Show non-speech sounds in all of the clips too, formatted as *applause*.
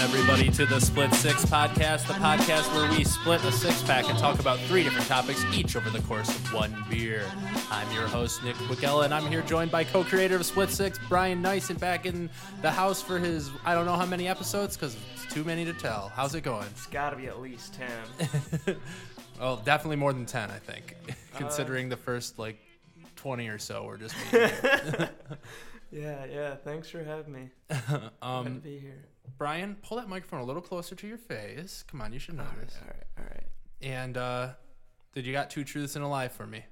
everybody, to the Split Six Podcast, the podcast where we split a six pack and talk about three different topics each over the course of one beer. I'm your host, Nick Wickella, and I'm here joined by co creator of Split Six, Brian Nice, and back in the house for his I don't know how many episodes because it's too many to tell. How's it going? It's got to be at least 10. *laughs* Oh, definitely more than 10, I think, *laughs* considering the first like 20 or so were just me. and you. yeah, yeah. Thanks for *laughs* having me. Good to um, be here. Brian, pull that microphone a little closer to your face. Come on, you should know this. All right, all right. And uh, did you got two truths and a lie for me?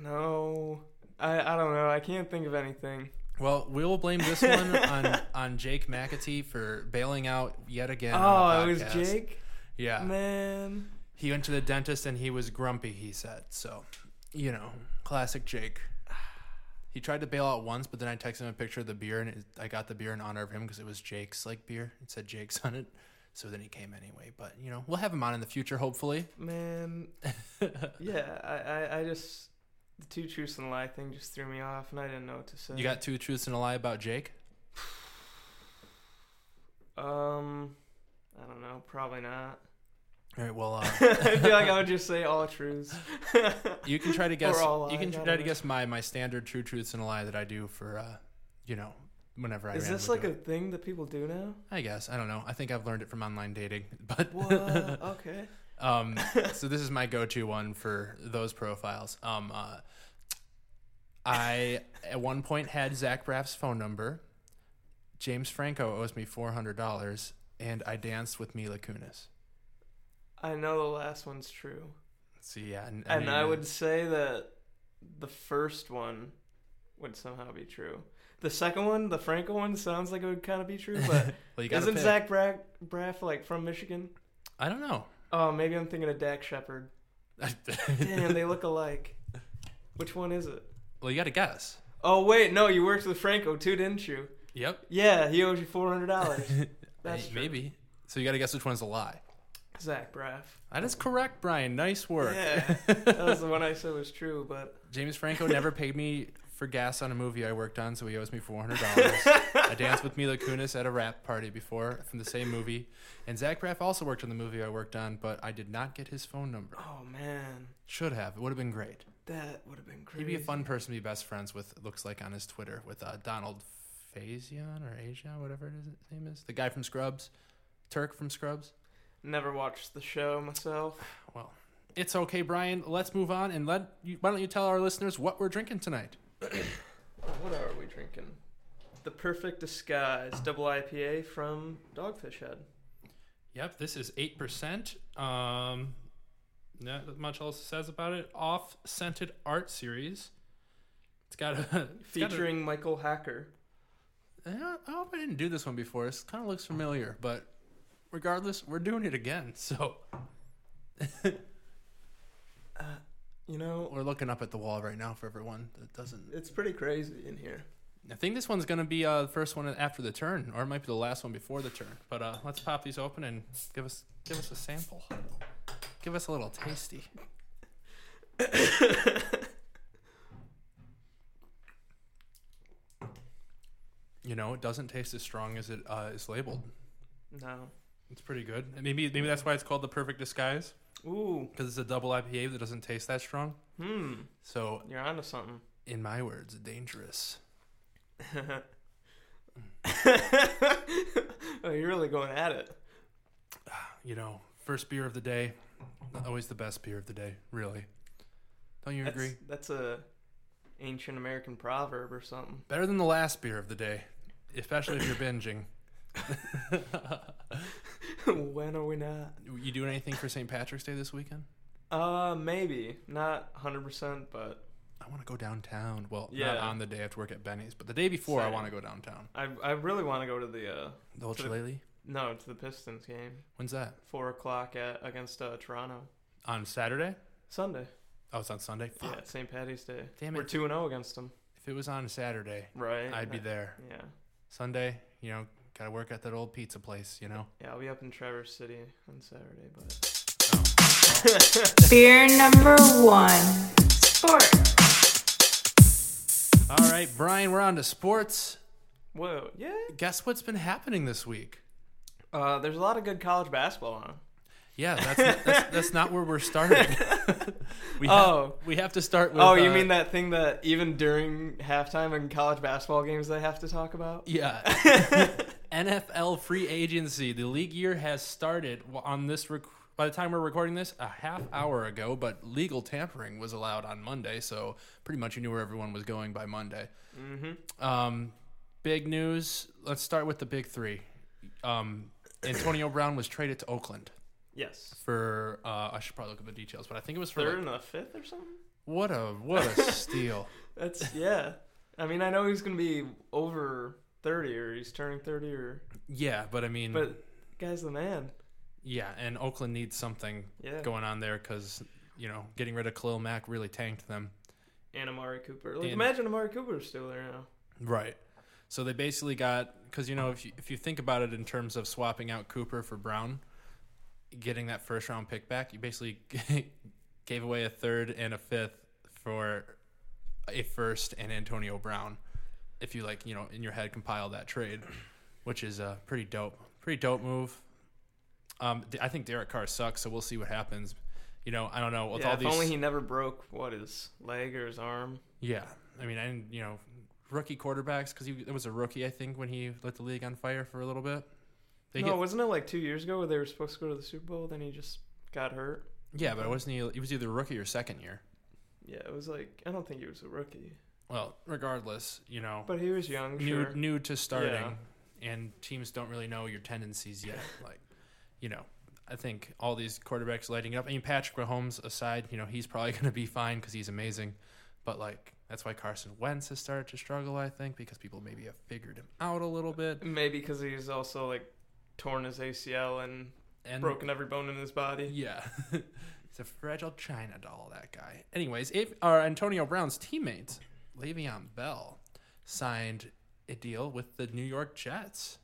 No, I, I don't know. I can't think of anything. Well, we will blame this one on on Jake McAtee for bailing out yet again. on Oh, the it was podcast. Jake? Yeah, Man. he went to the dentist and he was grumpy. He said so. You know, classic Jake. He tried to bail out once, but then I texted him a picture of the beer, and it, I got the beer in honor of him because it was Jake's like beer. It said Jake's on it, so then he came anyway. But you know, we'll have him on in the future, *laughs* hopefully. Man. Yeah, I, I, I just. The two truths and a lie thing just threw me off, and I didn't know what to say. You got two truths and a lie about Jake. Um. I don't know. *laughs* Probably not. *laughs* All right, well, uh, I feel like I would just say all truths. you can *laughs* try to guess. Or all You can lies, I try don't to know. guess my my standard true truths and a lie that I do for, uh, you know, whenever I. Is randomly this like do a it. thing that people *laughs* do now? I guess I don't know. I think I've learned it from online dating, *laughs* but What? okay. *laughs* um, so this is my go-to one for those profiles. Um, uh, I at one point had Zach Braff's phone number. James Franco owes me four hundred dollars, and I danced with Mila Kunis. I know the last one's true. See, yeah, and, And I would say that the first one would somehow be true. The second one, the Franco one, sounds like it would kind of be true, but Well, *laughs* you gotta isn't pick. Zach Braff, Braff like from Michigan? I don't know. Oh, maybe I'm thinking of *laughs* Dak Shepard. Damn, they look alike. Which one is it? well, you got to guess. Oh wait, no, you worked with Franco too, didn't you? Yep. Yeah, he owes you four *laughs* hundred dollars. That's Hey, true. maybe. So you got to guess which one's a lie. *laughs* Zach Braff. That is correct, Brian. Nice work. Yeah, that was the one I said was true, but *laughs* James Franco never paid me for gas on a movie I worked on, so he owes me four hundred dollars. *laughs* I danced with Mila Kunis at a rap party before from the same movie, and Zach Braff also worked on the movie I worked on, but I did not get his phone number. oh man, Should have. It would have been great. that would have been crazy. He'd be a fun person to be best friends with. it Looks like on his Twitter with uh, Donald Faison or Asia, whatever it is- his name is, the guy from Scrubs, Turk from Scrubs. Never watched the show myself. Well, it's okay, Brian. Let's move on and let you, why don't you tell our listeners what we're drinking tonight? Oh, What are we drinking? The Perfect Disguise Double IPA from Dogfish Head. Yep, this is eight percent. Um, not much else it says about it. Off scented art series. It's got a *laughs* it's got a- Featuring Michael Hacker. Yeah, I hope I didn't do this one before. It kind of looks familiar, but regardless, we're doing it again. *laughs* So You know, we're looking up at the wall right now for everyone that doesn't. it's pretty crazy in here. I think this one's gonna be uh, the first one after the turn, or it might be the last one before the turn. But uh, let's pop these open and give us give us a sample. Give us a little tasty. *coughs* you know, it doesn't taste as strong as it uh, is labeled. No. It's pretty good. And maybe maybe that's why it's called the perfect disguise Ooh. because it's a double IPA that doesn't taste that strong. Hmm. So, You're onto something. *laughs* in my words, dangerous. oh, you're really going at it. You know, first beer of the day, not always the best beer of the day. Really, don't you That's, agree? That's a ancient American proverb *laughs* or something. *laughs* Better than the last beer of the day, especially if you're binging. when are we not? You doing anything for St. Patrick's Day this weekend? Uh, maybe. Not 100%, but I want to go downtown. Well, Yeah. not on the day I have to work at Benny's, but the day before I Same. want to go downtown. I, I really want to go to the uh The old To the- Shillelagh? no to the Pistons game When's that? four o'clock at against uh, Toronto On Saturday? Sunday Oh, it's on Sunday. yeah Fuck. St Patty's Day Damn we're it. two and zero against them If it was on Saturday, right I'd be there. yeah Sunday, you know, gotta work at that old pizza place, you know. yeah I'll be up in Traverse City on Saturday but Beer number one. Sport. All right, Brian, we're on to sports. whoa yeah Guess what's been happening this week? Uh, there's a lot of good college *laughs* basketball on. Yeah, that's that's, that's not where we're starting. *laughs* we have, Oh. we have to start with. oh, you uh, mean that thing that even during halftime in college basketball games they have to talk about? Yeah. *laughs* NFL free agency. The league year has started Well, on this. Rec- by the time we're recording this, a half hour ago, but legal tampering was allowed on Monday, so pretty much you knew where everyone was going by Monday. Mm-hmm. Um, big news. Let's start with the big three. Um, Antonio Brown was traded to Oakland Yes. for. Uh, I should probably look up the details, but I think it was for. Third like- and a fifth or something? what a what a steal. *laughs* That's yeah. I mean, I know he's gonna be over thirty or he's turning thirty or Yeah, but I mean, but guy's the man. Yeah, and Oakland needs something Yeah. going on there because you know getting rid of Khalil Mack really tanked them. And Amari Cooper. Like And- imagine Amari Cooper's still there now. Right. So they basically got because you know if you, if you think about it in terms of swapping out Cooper for Brown, getting that first round pick back, you basically *laughs* gave away a third and a fifth for a first and Antonio Brown. If you like, you know, in your head compile that trade, which is a pretty dope, pretty dope move. Um, I think Derek Carr sucks, so we'll see what happens. You know, I don't know with yeah, all if these. only he never broke what his leg or his arm. Yeah, I mean, I didn't, you know, rookie quarterbacks because he it was a rookie, I think, when he lit the league on fire for a little bit. They no, get, wasn't it like two years ago where they were supposed to go to the Super Bowl, then he just got hurt? yeah, but it wasn't. He, he was either rookie or second year. Yeah, it was like I don't think he was a rookie. Well, regardless, you know, But he was young, new sure. new to starting, and teams don't really know your tendencies yet. like, you know, I think all these quarterbacks lighting up. I mean, Patrick Mahomes aside, you know, he's probably *laughs* going to be fine because he's amazing. But like, that's why Carson Wentz has started to struggle. I think because people maybe have figured him out a little bit. Maybe because he's also like torn his ACL and And broken every bone in his body. Yeah. *laughs* He's a fragile China doll, that guy. Anyways, if our Antonio Brown's teammate, Le'Veon Bell, signed a deal with the New York Jets.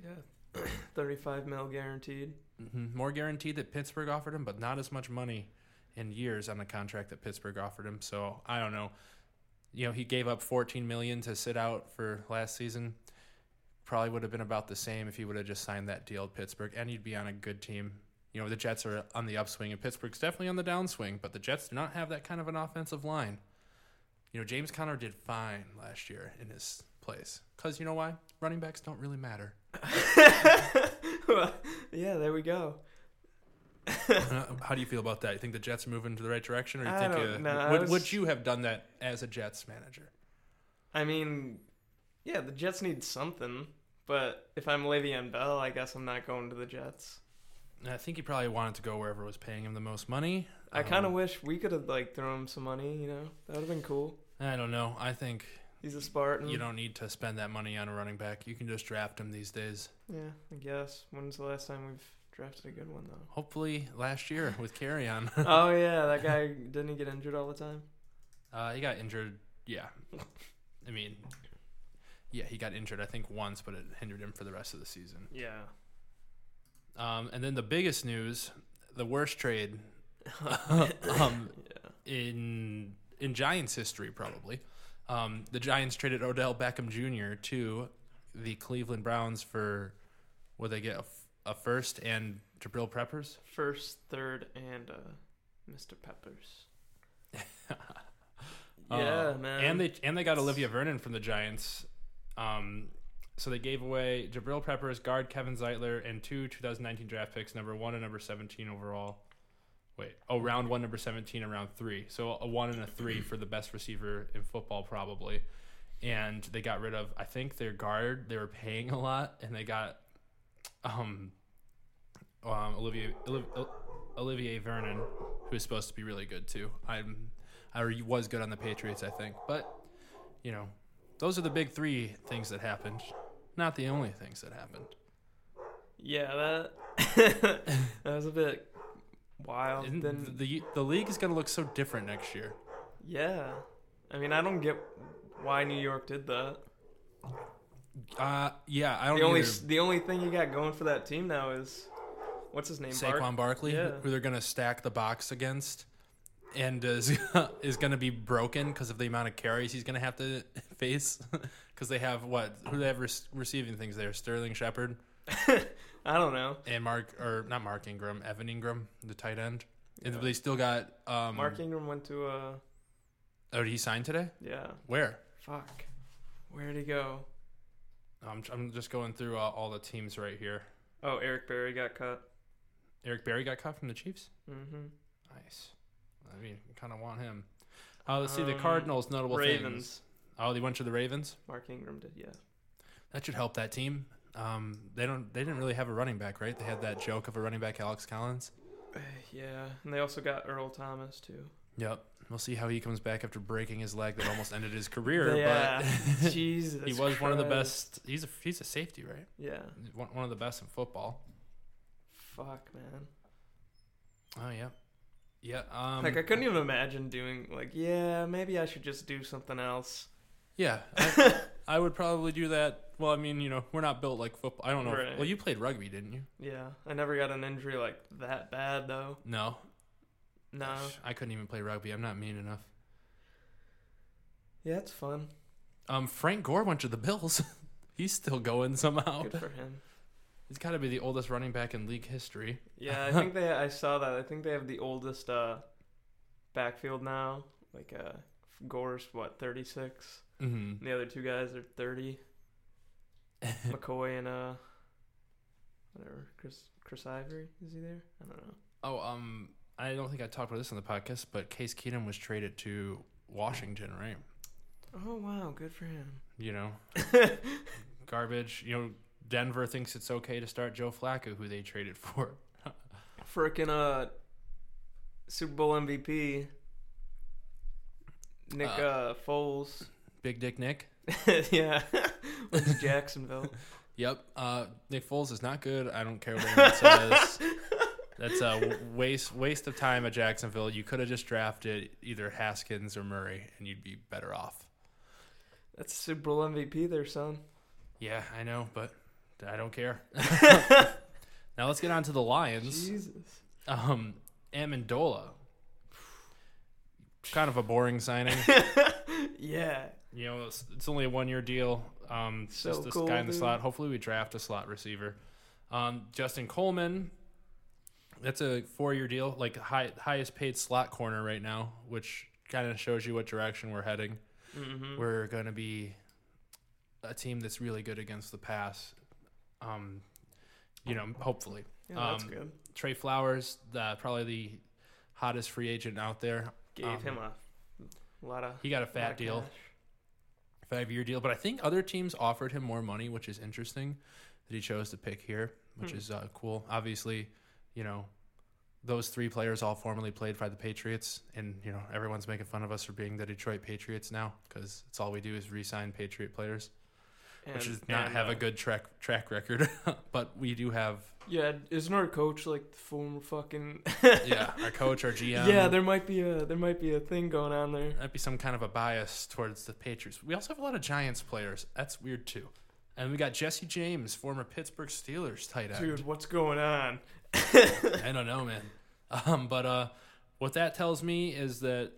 Yeah, *coughs* thirty-five mil *laughs* guaranteed. *laughs* Mhm. More guaranteed that Pittsburgh offered him, but not as much money in years on the contract that Pittsburgh offered him. So I don't know. You know, he gave up 14 million to sit out for last season. Probably would have been about the same if he would have just signed that deal at Pittsburgh, and he'd be on a good team. You know, the Jets are on the upswing, and Pittsburgh's definitely on the downswing. But the Jets do not have that kind of an offensive line. You know, James Conner did fine last year in his place because you know why? Running backs don't really matter. Well, yeah, there we go. Uh, How do you feel about that? You think the Jets are moving to the right direction, or you I think don't uh, know. I would, was- would you have done that as a Jets manager? I mean, yeah, the Jets need something, but if I'm Le'Veon Bell, I guess I'm not going to the Jets. And I think he probably wanted to go wherever was paying him the most money. I kind of Um, wish we could have like thrown him some money. You know, that would have been cool. I don't know. I think He's a Spartan. you don't need to spend that money on a running back. You can just draft him these days. Yeah, I guess. When's the last time we've drafted a good one *laughs* though? Hopefully, last year with carry *laughs* on, oh yeah, that guy didn't he get injured all the time? *laughs* uh, he got injured. Yeah, I mean, yeah, he got injured. I think once, but it hindered him for the rest of the season. Yeah. *laughs* Um, and then the biggest news, the worst trade *laughs* um, in in Giants history, probably. Um, the Giants traded Odell Beckham Jr. to the Cleveland Browns for what they get a, f- a first and Jabril *laughs* Preppers. First, third, and uh, Mr. Peppers. Uh, yeah, man. And they and they got Olivia Vernon from the Giants. Um, so they gave away Jabril Preppers, guard Kevin Zeitler, and two 2019 draft picks, number one and number 17 overall. Wait, oh, round one, number 17, and round three. So a one and a three for the best receiver in football, probably. And they got rid of, I think, their guard. They were paying a lot, and they got um, um, Olivier Oliv- Olivier Vernon, who is supposed to be really good too. I'm I re- was good on the Patriots, I think, but you know, those are the big three things that happened. Not the only things that happened. yeah, *laughs* that *laughs* that was a bit wild. Isn't Then the the league is going to look so different next year. yeah, I mean, I don't get why New York did that. Uh, yeah, I don't. The only either. the only thing you got going for that team now is what's his name? Bark- Saquon Barkley, Yeah. who they're going to stack the box against, and is *laughs* is going to be broken because of the amount of carries he's going to have to *laughs* face. Because they have what? Who do they have rec- receiving things there? Sterling Shepard, I don't know. and Mark or not Mark Ingram, Evan Ingram, the tight end. And they still got um, Mark Ingram went to uh Oh, did he sign today? yeah. Where? Fuck. Where'd he go? I'm, I'm just going through uh, all the teams right here. Oh, Eric Berry got cut. Eric Berry got cut from the Chiefs. Mm-hmm. Nice. I mean, kind of want him. Uh, let's see the Um, Cardinals' notable Ravens. things. Oh, they went to the Ravens. Mark Ingram did, yeah. That should help that team. Um, they don't. They didn't really have a running back, right? They had that joke of a running back, Alex Collins. Yeah, and they also got Earl Thomas too. Yep. We'll see how he comes back after breaking his leg that almost ended his career. yeah, *laughs* But Jesus. he was one of the Christ. best. He's a he's a safety, right? Yeah. He's One, one of the best in football. Fuck, man. Oh yeah, yeah. Um, like I couldn't even imagine doing like, yeah, maybe I should just do something else. yeah. I, *laughs* I would probably do that. Well, I mean, you know, we're not built like football. I don't know. if- Right. well, you played rugby, didn't you? Yeah, I never got an injury like that bad though. No, No. I couldn't even play rugby. I'm not mean enough. Yeah, it's fun. Um, Frank Gore went to the Bills. *laughs* He's still going somehow. Good for *laughs* him. He's got to be the oldest running back in league history. Yeah, I think they. I saw that. I think they have the oldest uh, backfield now. Like uh, Gore's what thirty six. hmm The other two guys are *laughs* thirty. McCoy and uh, whatever Chris Chris Ivory is he there? I don't know. Oh, um, I don't think I talked about this on the podcast, but Case Keenum was traded to Washington, right? Oh wow, good for him. You know, *laughs* garbage. You know, Denver thinks it's okay to start Joe Flacco, who they traded for. *laughs* Frickin' uh, Super Bowl MVP. Nick uh, Uh. *laughs* Foles. Big Dick Nick. *laughs* yeah, went to *laughs* Jacksonville. Yep. Uh, Nick Foles is not good. I don't care what *laughs* anyone says. That's a w- waste waste of time at Jacksonville. You could have just drafted either Haskins or Murray, and you'd be better off. *laughs* That's Super Bowl MVP there, son. Yeah, I know, but I don't care. *laughs* now let's get on to the Lions. *laughs* Jesus. Um, Amendola. *sighs* Kind of a boring signing. Yeah. you know, it's, it's only a one year deal. Um, it's So just this cool, guy in the dude. slot. Hopefully, we draft a slot receiver. Um, Justin Coleman. That's a four year deal, like high, highest paid slot corner right now, which kind of shows you what direction we're heading. Mm-hmm. We're going to be a team that's really good against the pass. Um, you know, hopefully. Yeah, that's um, good. Trey Flowers, the, probably the hottest free agent out there. Gave um, him a lot of He got a fat lot of deal. cash. five year deal. But I think other teams offered him more money, which is interesting that he chose to pick here, which Hmm. is uh, cool. Obviously, you know, those three players all formerly played for the Patriots, and you know everyone's making fun of us for being the Detroit Patriots now because it's all we do is re-sign Patriot players, which And- is not and, have uh, a good track track record. *laughs* but we do have, Yeah, isn't our coach like the former fucking? *laughs* *laughs* yeah, um, our coach, our GM. yeah, there might be a there might be a thing going on there. That'd be some kind of a bias towards the Patriots. We also have a lot of Giants players. That's weird too. And we got Jesse James, former Pittsburgh Steelers tight end. Dude, what's going on? I don't know, man. Um, but uh, what that tells me is that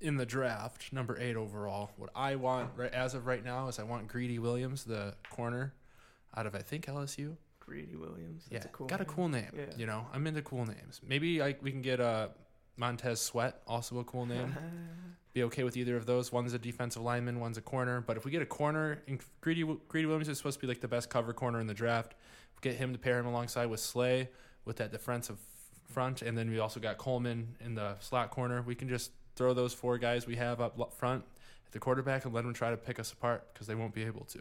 in the draft, number eight overall, what I want right, as of right now is I want Greedy Williams, the corner out of I think LSU. Greedy Williams. Yeah, That's a cool got a name. cool name. Yeah. You know, I'm into cool names. Maybe I, we can get uh, Montez Sweat, also a cool *laughs* name. Be okay with either of those. One's a defensive lineman, one's a corner. But if we get a corner, and Greedy Greedy Williams is supposed to be like the best cover corner in the draft. Get him to pair him alongside with Slay with that defensive front, and then we also got Coleman in the slot corner. We can just throw those four guys we have up lo- front at the quarterback and let them try to pick us apart because they won't be able to.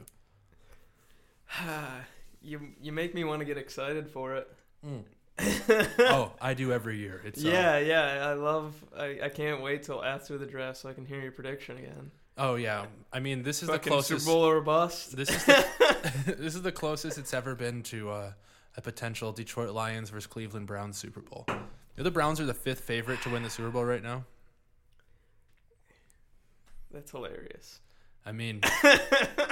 *sighs* you you make me want to get excited for it. *laughs* oh, I do every year. It's uh, Mm. Yeah, yeah, I love. I, I can't wait till after the draft so I can hear your prediction again. Oh yeah. I mean, this is the Fucking closest. Super Bowl or bust. This is *laughs* the, *laughs* this is the closest it's ever been to uh, a potential Detroit Lions versus Cleveland Browns Super Bowl. You know, the Browns are the fifth favorite to win the Super Bowl right now. That's hilarious. I *laughs* mean,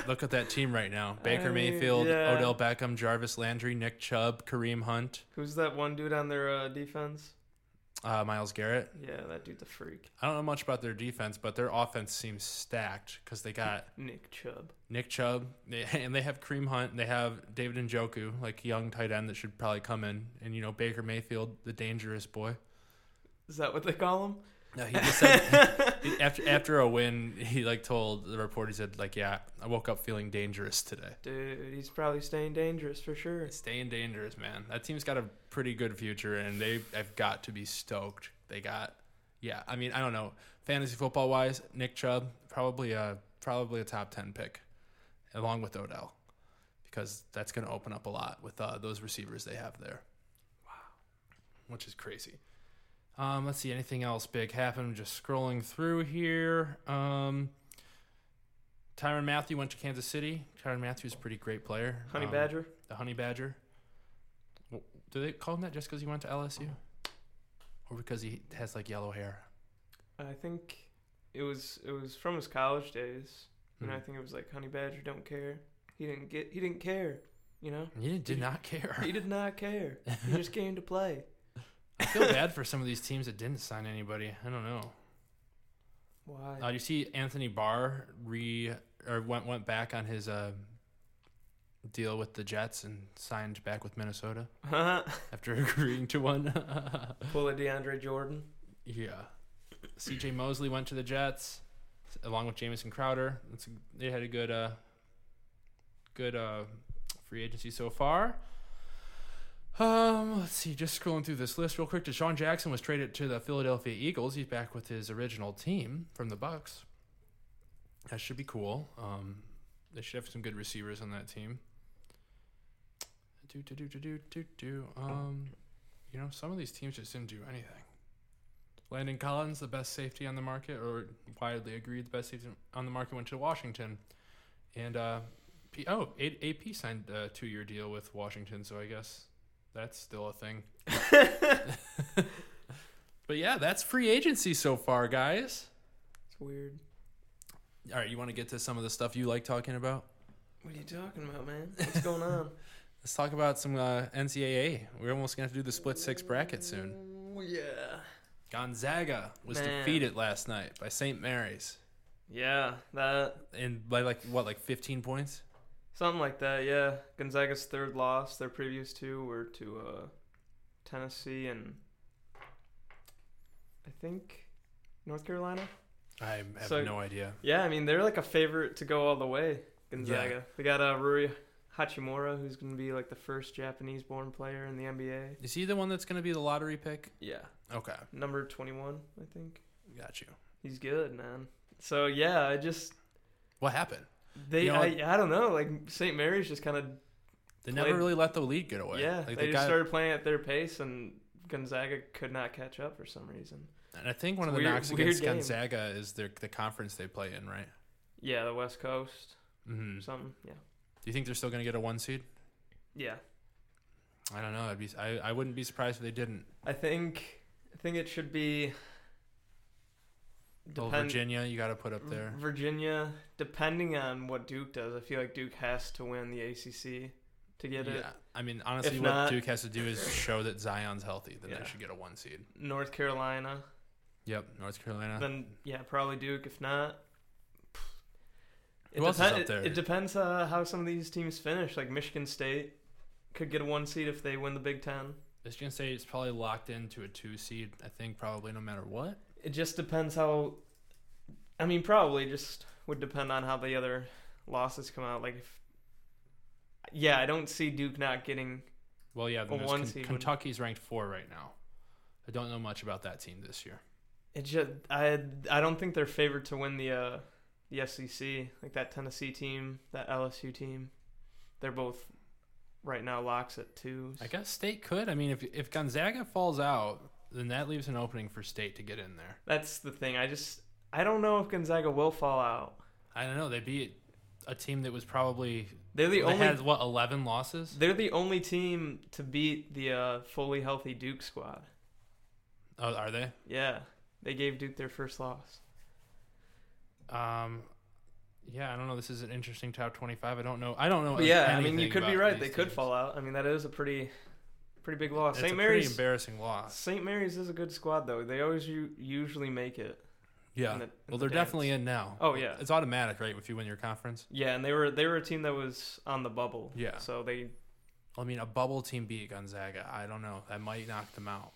look at that team right now: Baker I mean, Mayfield, yeah. Odell Beckham, Jarvis Landry, Nick Chubb, Kareem Hunt. Who's that one dude on their uh, defense? uh, Miles Garrett. Yeah, that dude's a freak. I don't know much about their defense, but their offense seems stacked because they got Nick Chubb. Nick Chubb they, *laughs* and they have Cream Hunt. They have David Njoku, like young tight end that should probably come in, and you know Baker Mayfield, the dangerous boy. Is that what they call him? No, he just said after after a win, he like told the reporter, he said like, "Yeah, I woke up feeling dangerous today." Dude, he's probably staying dangerous for sure. Staying dangerous, man. That team's got a pretty good future, and they have got to be stoked. They got, yeah. I mean, I don't know. Fantasy football wise, Nick Chubb probably a probably a top ten pick, along with Odell, because that's going to open up a lot with uh, those receivers they have there. Wow, which is crazy. Um, let's see anything else big happened. Just scrolling through here. Um, Tyron Matthew went to Kansas City. Tyron Matthew's a pretty great player. Honey Um, Badger. the honey badger. W- Do they call him that just because he went to LSU, or because he has like yellow hair? I think it was it was from his college days, and I Mhm. think it was like Honey Badger don't care. He didn't get he didn't care, you know. And Hmm. He did, did not care. He *laughs* did not care. He just came to play. *laughs* I feel bad for some of these teams that didn't sign anybody. I don't know. Why? Uh, you see, Anthony Barr re or went went back on his uh, deal with the Jets and signed back with Minnesota Huh? after *laughs* agreeing to one. *laughs* *laughs* Pull a DeAndre Jordan. yeah, C.J. Mosley went to the Jets along with Jamison Crowder. That's a, they had a good uh, good uh, free agency so far. Um, let's see, just scrolling through this list real quick. Deshaun Jackson was traded to the Philadelphia Eagles. He's back with his original team from the Bucks. That should be cool. Um, they should have some good receivers on that team. Do do do do do do do. Um, you know, some of these teams just didn't do anything. Landon Collins, the best safety on the market, or widely agreed, the best safety on the market, went to Washington. And uh, P- oh, A- AP signed a two-year deal with Washington, so I guess that's still a thing. but yeah, that's free agency so far, guys. It's weird. All right, you want to get to some of the stuff you like talking about? What are you talking about, man? What's going on? Let's talk about some uh, NCAA. We're almost gonna have to do *laughs* the split six bracket soon. Ooh, yeah. Gonzaga was Man. defeated last night by St. Mary's, Yeah, that and by like what, like fifteen points? something like that. Yeah, Gonzaga's third loss. Their previous two were to uh, Tennessee and I think North Carolina. I have So- no idea. Yeah, I mean they're like a favorite to go all the way. Gonzaga. Yeah. They got uh, Rui Hachimura, who's gonna be like the first Japanese-born player in the NBA. Is he the one that's gonna be the lottery pick? Yeah, Okay, number twenty-one, I think. got you. He's good, man. So yeah, I just What happened? they You know, I, I don't know like St. Mary's just kind of They Played- never really let the lead get away. yeah Oh, like they, they just got. started playing at their pace and Gonzaga could not catch up for some reason. and I think one of the It's weird- knocks weird against game. Gonzaga is their the conference they play in, right? Yeah, the West Coast hmm or Do something. Yeah, you think they're still gonna get a one seed? yeah. I don't know. I'd be, I, I wouldn't be surprised if they didn't. I think I think it should be Well, depend- Mm-hmm. Virginia, you got to put up there. Virginia, depending on what Duke does, I feel like Duke has to win the ACC to get it. Yeah, I mean, honestly, If what not- Duke has to do is show that Zion's healthy. Then Yeah. they should get a one seed. North Carolina, Yep, North Carolina. then yeah, probably Duke. If not, it, Who else is depen- up it- there? it depends uh, how some of these teams finish. Like Michigan State could get a one seed if they win the Big Ten. Michigan State is probably locked into a two seed. I think probably no matter what. It just depends how. I mean, probably just would depend on how the other losses come out. Like, if, yeah, I don't see Duke not getting. Well, yeah, A then there's one Ken- seed would- Kentucky's ranked four right now. I don't know much about that team this year. It just I I don't think they're favored to win the uh, the SEC. Like that Tennessee team, that LSU team, they're both right now locks at two. I guess State could. I mean, if if Gonzaga falls out, then that leaves an opening for State to get in there. That's the thing. I just I don't know if Gonzaga will fall out. I don't know. They beat a team that was probably They're the they only had what eleven losses. they're the only team to beat the uh, fully healthy Duke squad. Oh, are they? Yeah, they gave Duke their first loss. Um, yeah, I don't know. This is an interesting top twenty-five. I don't know. I don't know. But yeah, I mean you anything could be about right. these They could teams. fall out. I mean that is a pretty pretty big loss. It's St. a Mary's. pretty embarrassing loss. St. Mary's is a good squad though. They always u- usually make it. Yeah. in the- in well, the they're dance. definitely in now. Oh, yeah. It's automatic, right? If you win your conference. Yeah, and they were they were a team that was on the bubble. Yeah. So they I mean, a bubble team beat Gonzaga. I don't know. That might knock them out.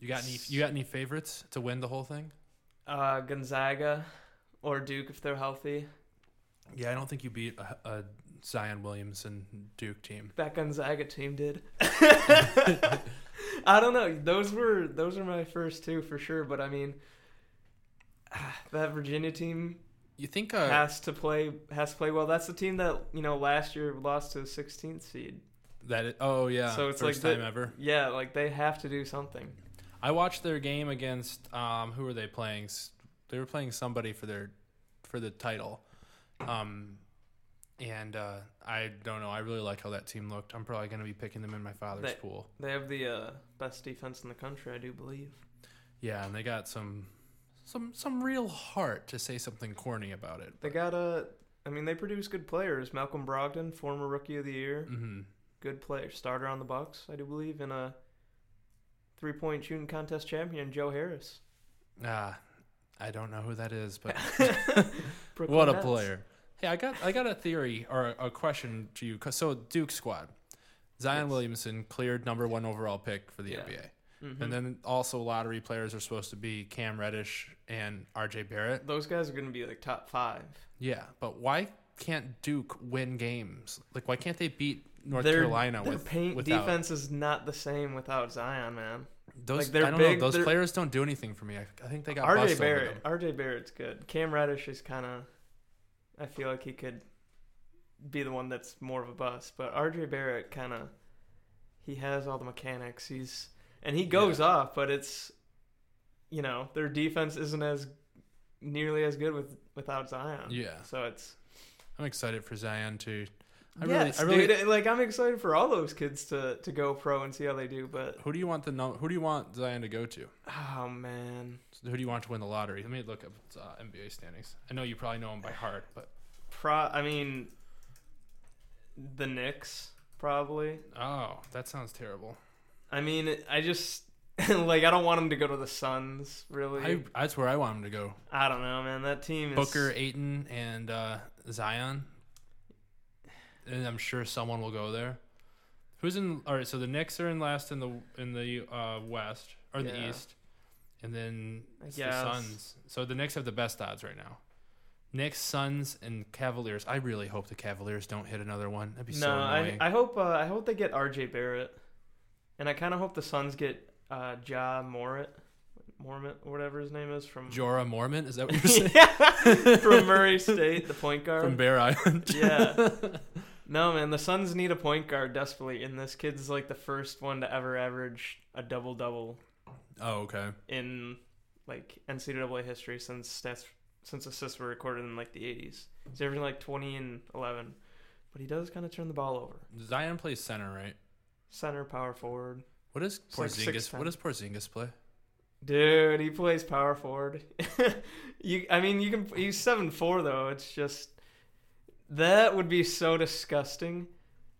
You got any? You got any favorites to win the whole thing? uh, Gonzaga or Duke if they're healthy. Yeah, I don't think you beat a, a Zion Williamson Duke team. That Gonzaga team did. *laughs* I don't know. Those were those were my first two for sure. But I mean, *sighs* ah, that Virginia team You think? Uh, has to play has to play well. That's the team that you know last year lost to the 16th seed. That it, oh yeah, So it's first like time the- ever. Yeah, like they have to do something. I watched their game against um who were they playing? S- They were playing somebody for their for the title. Um and uh I don't know. I really like how that team looked. I'm probably going to be picking them in my father's They- pool. They have the uh, best defense in the country, I do believe. Yeah, and they got some some some real heart to say something corny about it. They got a. I mean, they produce good players. Malcolm Brogdon, former Rookie of the Year, Mhm. good player, starter on the Bucks, I do believe, and a three-point shooting contest champion, Joe *laughs* Harris. *laughs* Ah, I don't know who that is, but Brooklyn what a Nets. player! Hey, I got I got a theory or a, a question to you. 'Cause- So Duke squad, Zion Yes. Williamson cleared number one overall pick for the Yeah. NBA, Mhm. and then also lottery players are supposed to be Cam Reddish and RJ Barrett. Those guys are going to be like top five. Yeah, but why can't Duke win games? Like, why can't they beat North Their- Carolina Their with paint without defense is not the same without Zion, man. those? like, they're I don't big, know. Those they're- players don't do anything for me. I, I think they got RJ bust Over Barrett. them. RJ Barrett's good. Cam Radish is kind of. I feel like he could be the one that's more of a bust, but RJ Barrett kind of. He has all the mechanics. He's and he goes off, but it's, you know, their defense isn't as nearly as good with without Zion. Yeah, So it's. I'm excited for Zion to. I really, yes, I really, dude, like I'm excited for all those kids to to go pro and see how they do. But Who do you want the num- Who do you want Zion to go to? oh man, So who do you want to win the lottery? Let me look up uh, NBA standings. I know you probably know them by heart, but pro. I mean, the Knicks probably. oh, that sounds terrible. I mean, I just *laughs* like I don't want him to go to the Suns. Really, I, I, that's where I want him to go. don't know, man. That team is Booker, Aiton, and uh, Zion. And I'm sure someone will go there. Who's in? All right, so the Knicks are in last in the in the uh, West or in the Yeah. East, and then I it's guess. the Suns. So the Knicks have the best odds right now. Knicks, Suns, and Cavaliers. I really hope the Cavaliers don't hit another one. That'd be No, so I, annoying. I hope uh, I hope they get R.J. Barrett, and I kind of hope the Suns get uh, Ja Morant, Mormont or whatever his name is from Jorah Mormon, is that what you're saying? yeah, *laughs* from Murray State, the point guard. From Bear Island. yeah. *laughs* No, man, the Suns need a point guard desperately, and this kid's like the first one to ever average a double double Oh, okay. in like NCAA history since stats since assists were recorded in like the 80s. He's averaging like 20 and 11, but he does kind of turn the ball over. Zion plays center, right? Center, power forward. What does It's like Porzingis? 6'10". what does Porzingis play? Dude, he plays power forward. *laughs* you, I mean, you can. He's seven four though. It's just that would be so disgusting.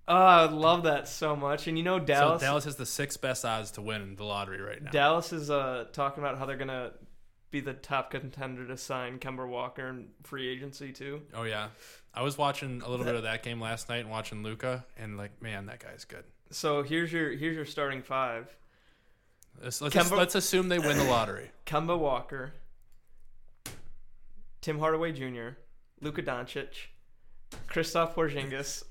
Oh, I love that so much. And you know, Dallas. So Dallas has the sixth best odds to win the lottery right now. Dallas is uh, talking about how they're gonna be the top contender to sign Kemba Walker in free agency too. oh yeah, I was watching a little bit of that game last night and watching Luca, and like, man, that guy's good. So here's your here's your starting five: Let's let's, Kemba- let's assume they win the lottery. Kemba Walker, Tim Hardaway Jr., Luka Doncic, *laughs* Kristaps Porzingis,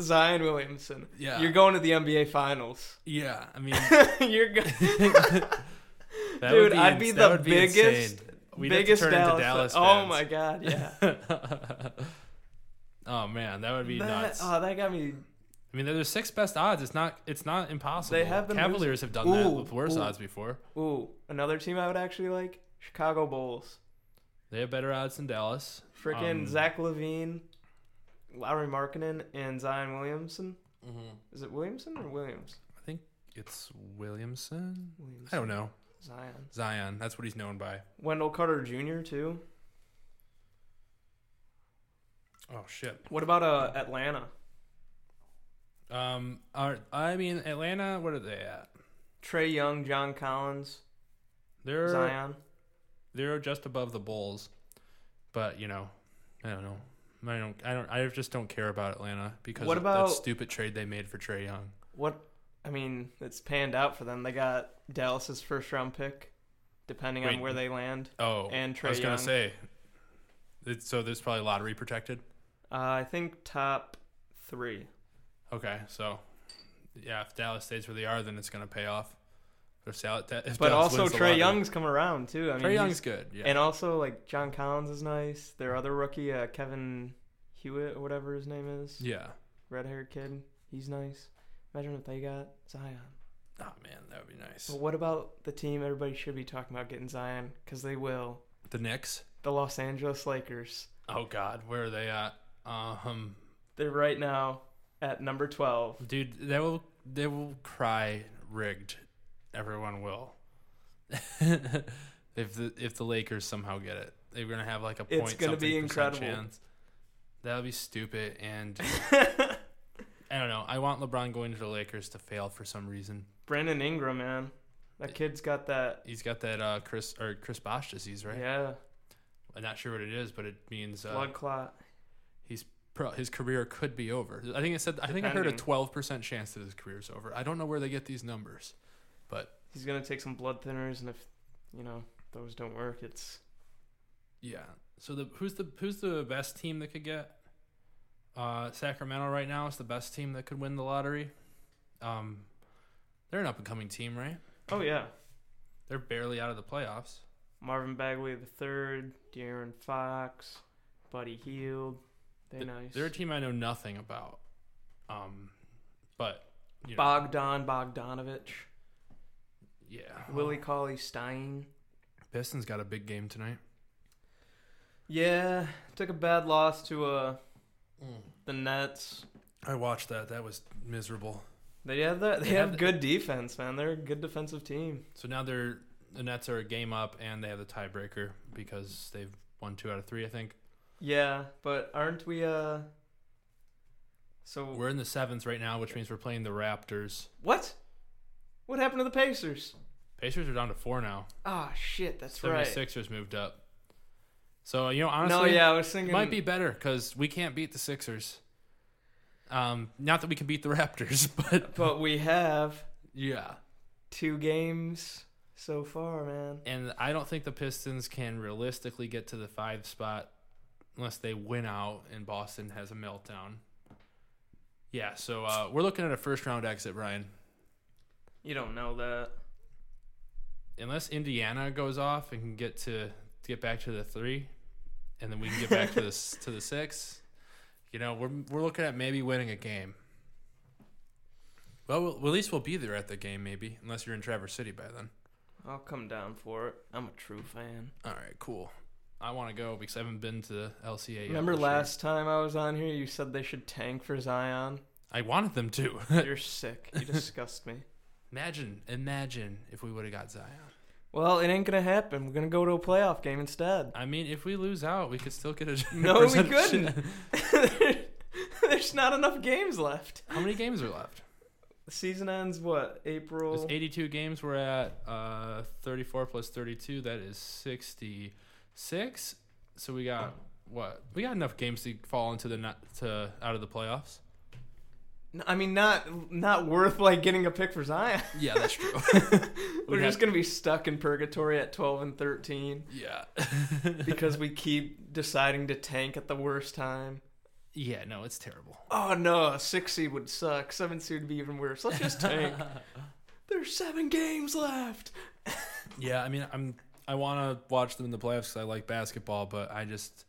Zion Williamson. *laughs* Yeah. you're going to the NBA Finals. *laughs* Yeah, *laughs* I mean, you're go- that Dude, would be I'd ins- be that the would be biggest- insane. We'd have to biggest turn into Dallas. Dallas. oh fans. *laughs* my God, yeah. oh man, that would be That- nuts. Oh, that got me. I mean, they're the sixth best odds. It's not. It's not impossible. They have them Cavaliers have done that Ooh, with worse ooh. odds before. Ooh, another team I would actually like: Chicago Bulls. They have better odds than Dallas. Freaking Um, Zach Levine, Lowry Markinen, and Zion Williamson. Mm-hmm. Is it Williamson or Williams? I think it's Williamson. Williamson. I don't know. Zion. Zion. That's what he's known by. Wendell Carter Jr. too. Oh shit. Oh, What about uh Atlanta? Um, are I mean Atlanta? What are they at? Trey Young, John Collins, They're Zion. they're just above the Bulls, but you know, I don't know. I don't. I don't. I just don't care about Atlanta because What of about- that stupid trade they made for Trey Young. What I mean, it's panned out for them. They got Dallas's first round pick, depending Wait. on where they land. Oh, And I Trae was gonna Young. say. It's, so there's probably lottery protected. Uh, I think top three. Okay, so yeah, if Dallas stays where they are, then it's gonna pay off. If Sal- if Dallas But also wins the Trey lottery- Young's come around too. I mean, Trey he's- Young's good. Yeah. and also like John Collins is nice. Their other rookie, uh, Kevin Hewitt or whatever his name is, yeah. red haired kid. He's nice. Imagine if they got Zion. Oh man, that would be nice. But what about the team everybody should be talking about getting Zion? Because they will. The Knicks. The Los Angeles Lakers. Oh God, where are they at? Um, They're right now at *laughs* number 12. dude, they will they will cry rigged. Everyone will. *laughs* if the if the Lakers somehow get it, they're gonna have like a It's point. gonna something be percent incredible. Chance. That'll be stupid, and I don't know. I want LeBron going to the Lakers to fail for some reason. Brandon Ingram, man. That kid's got that. He's got that uh, Chris or Chris Bosh disease, right? Yeah. I'm not sure what it is, but it means uh, Blood clot. he's pro- his career could be over. I think it said I think I heard a Depending. 12% chance that his career's over. I don't know where they get these numbers, but He's going to take some blood thinners, and if, you know, those don't work, it's. yeah. So the who's the who's the best team that could get uh, Sacramento right now is the best team that could win the lottery. Um, they're an up and coming team, right? Oh, yeah. They're barely out of the playoffs. Marvin Bagley the third, De'Aaron Fox, Buddy Heald. They're Th- nice. They're a team I know nothing about. Um, but you know, Bogdan Bogdanovich, yeah, Willie Cauley Stein. Pistons got a big game tonight. Yeah, took a bad loss to uh Mm. the Nets. I watched that. That was miserable. They have that. They, They have, have the- good defense, man. They're a good defensive team. So now they're the Nets are a game up and they have the tiebreaker because they've won two out of three, I think. Yeah, but aren't we? Uh, so We're in the seventh right now, which means we're playing the Raptors. what? What happened to the Pacers? Pacers are down to four now. Ah, shit. That's Seventy right. Sixers moved up. So you know, honestly, no, yeah, I was it thinking might be better because we can't beat the Sixers. Um, not that we can beat the Raptors, *laughs* but But we have yeah. two games so far, man. And I don't think the Pistons can realistically get to the five spot unless they win out and Boston has a meltdown. Yeah, so uh, we're looking at a first round exit, Brian. You don't know that. Unless Indiana goes off and can get to, to get back to the three, and then we can get back to the *laughs* s- to the six. You know, we're we're looking at maybe winning a game. Well, we'll at least we'll be there at the game, maybe. Unless you're in Traverse City by then. I'll come down for it. I'm a true fan. All right, cool. I want to go because I haven't been to the LCA. yet Remember this year. last time I was on here, you said they should tank for Zion. I wanted them to. *laughs* *laughs* You're sick. You disgust me. imagine, imagine if we would have got Zion. Well, it ain't gonna happen. We're gonna go to a playoff *laughs* game instead. I mean, if we lose out, we could still get a. *laughs* No, we representation. *laughs* There's not enough games left. How many games are left? The season ends what? There's April. 82 games. We're at uh, 34 plus 32. That is 66. So we got what? We got enough games to fall into the not to out of the playoffs. N- I mean, not not worth like getting a pick *laughs* for Zion. Yeah, that's true. We're We'd just gonna be stuck in purgatory at 12 and 13 *laughs* yeah. because we keep deciding to tank at the worst time. yeah. No, it's terrible. Oh no, a six seed would suck. Seven seed would be even worse. Let's *laughs* just tank. There's seven games left. Yeah, I mean, I'm I want to watch them in the playoffs because I like basketball, but I just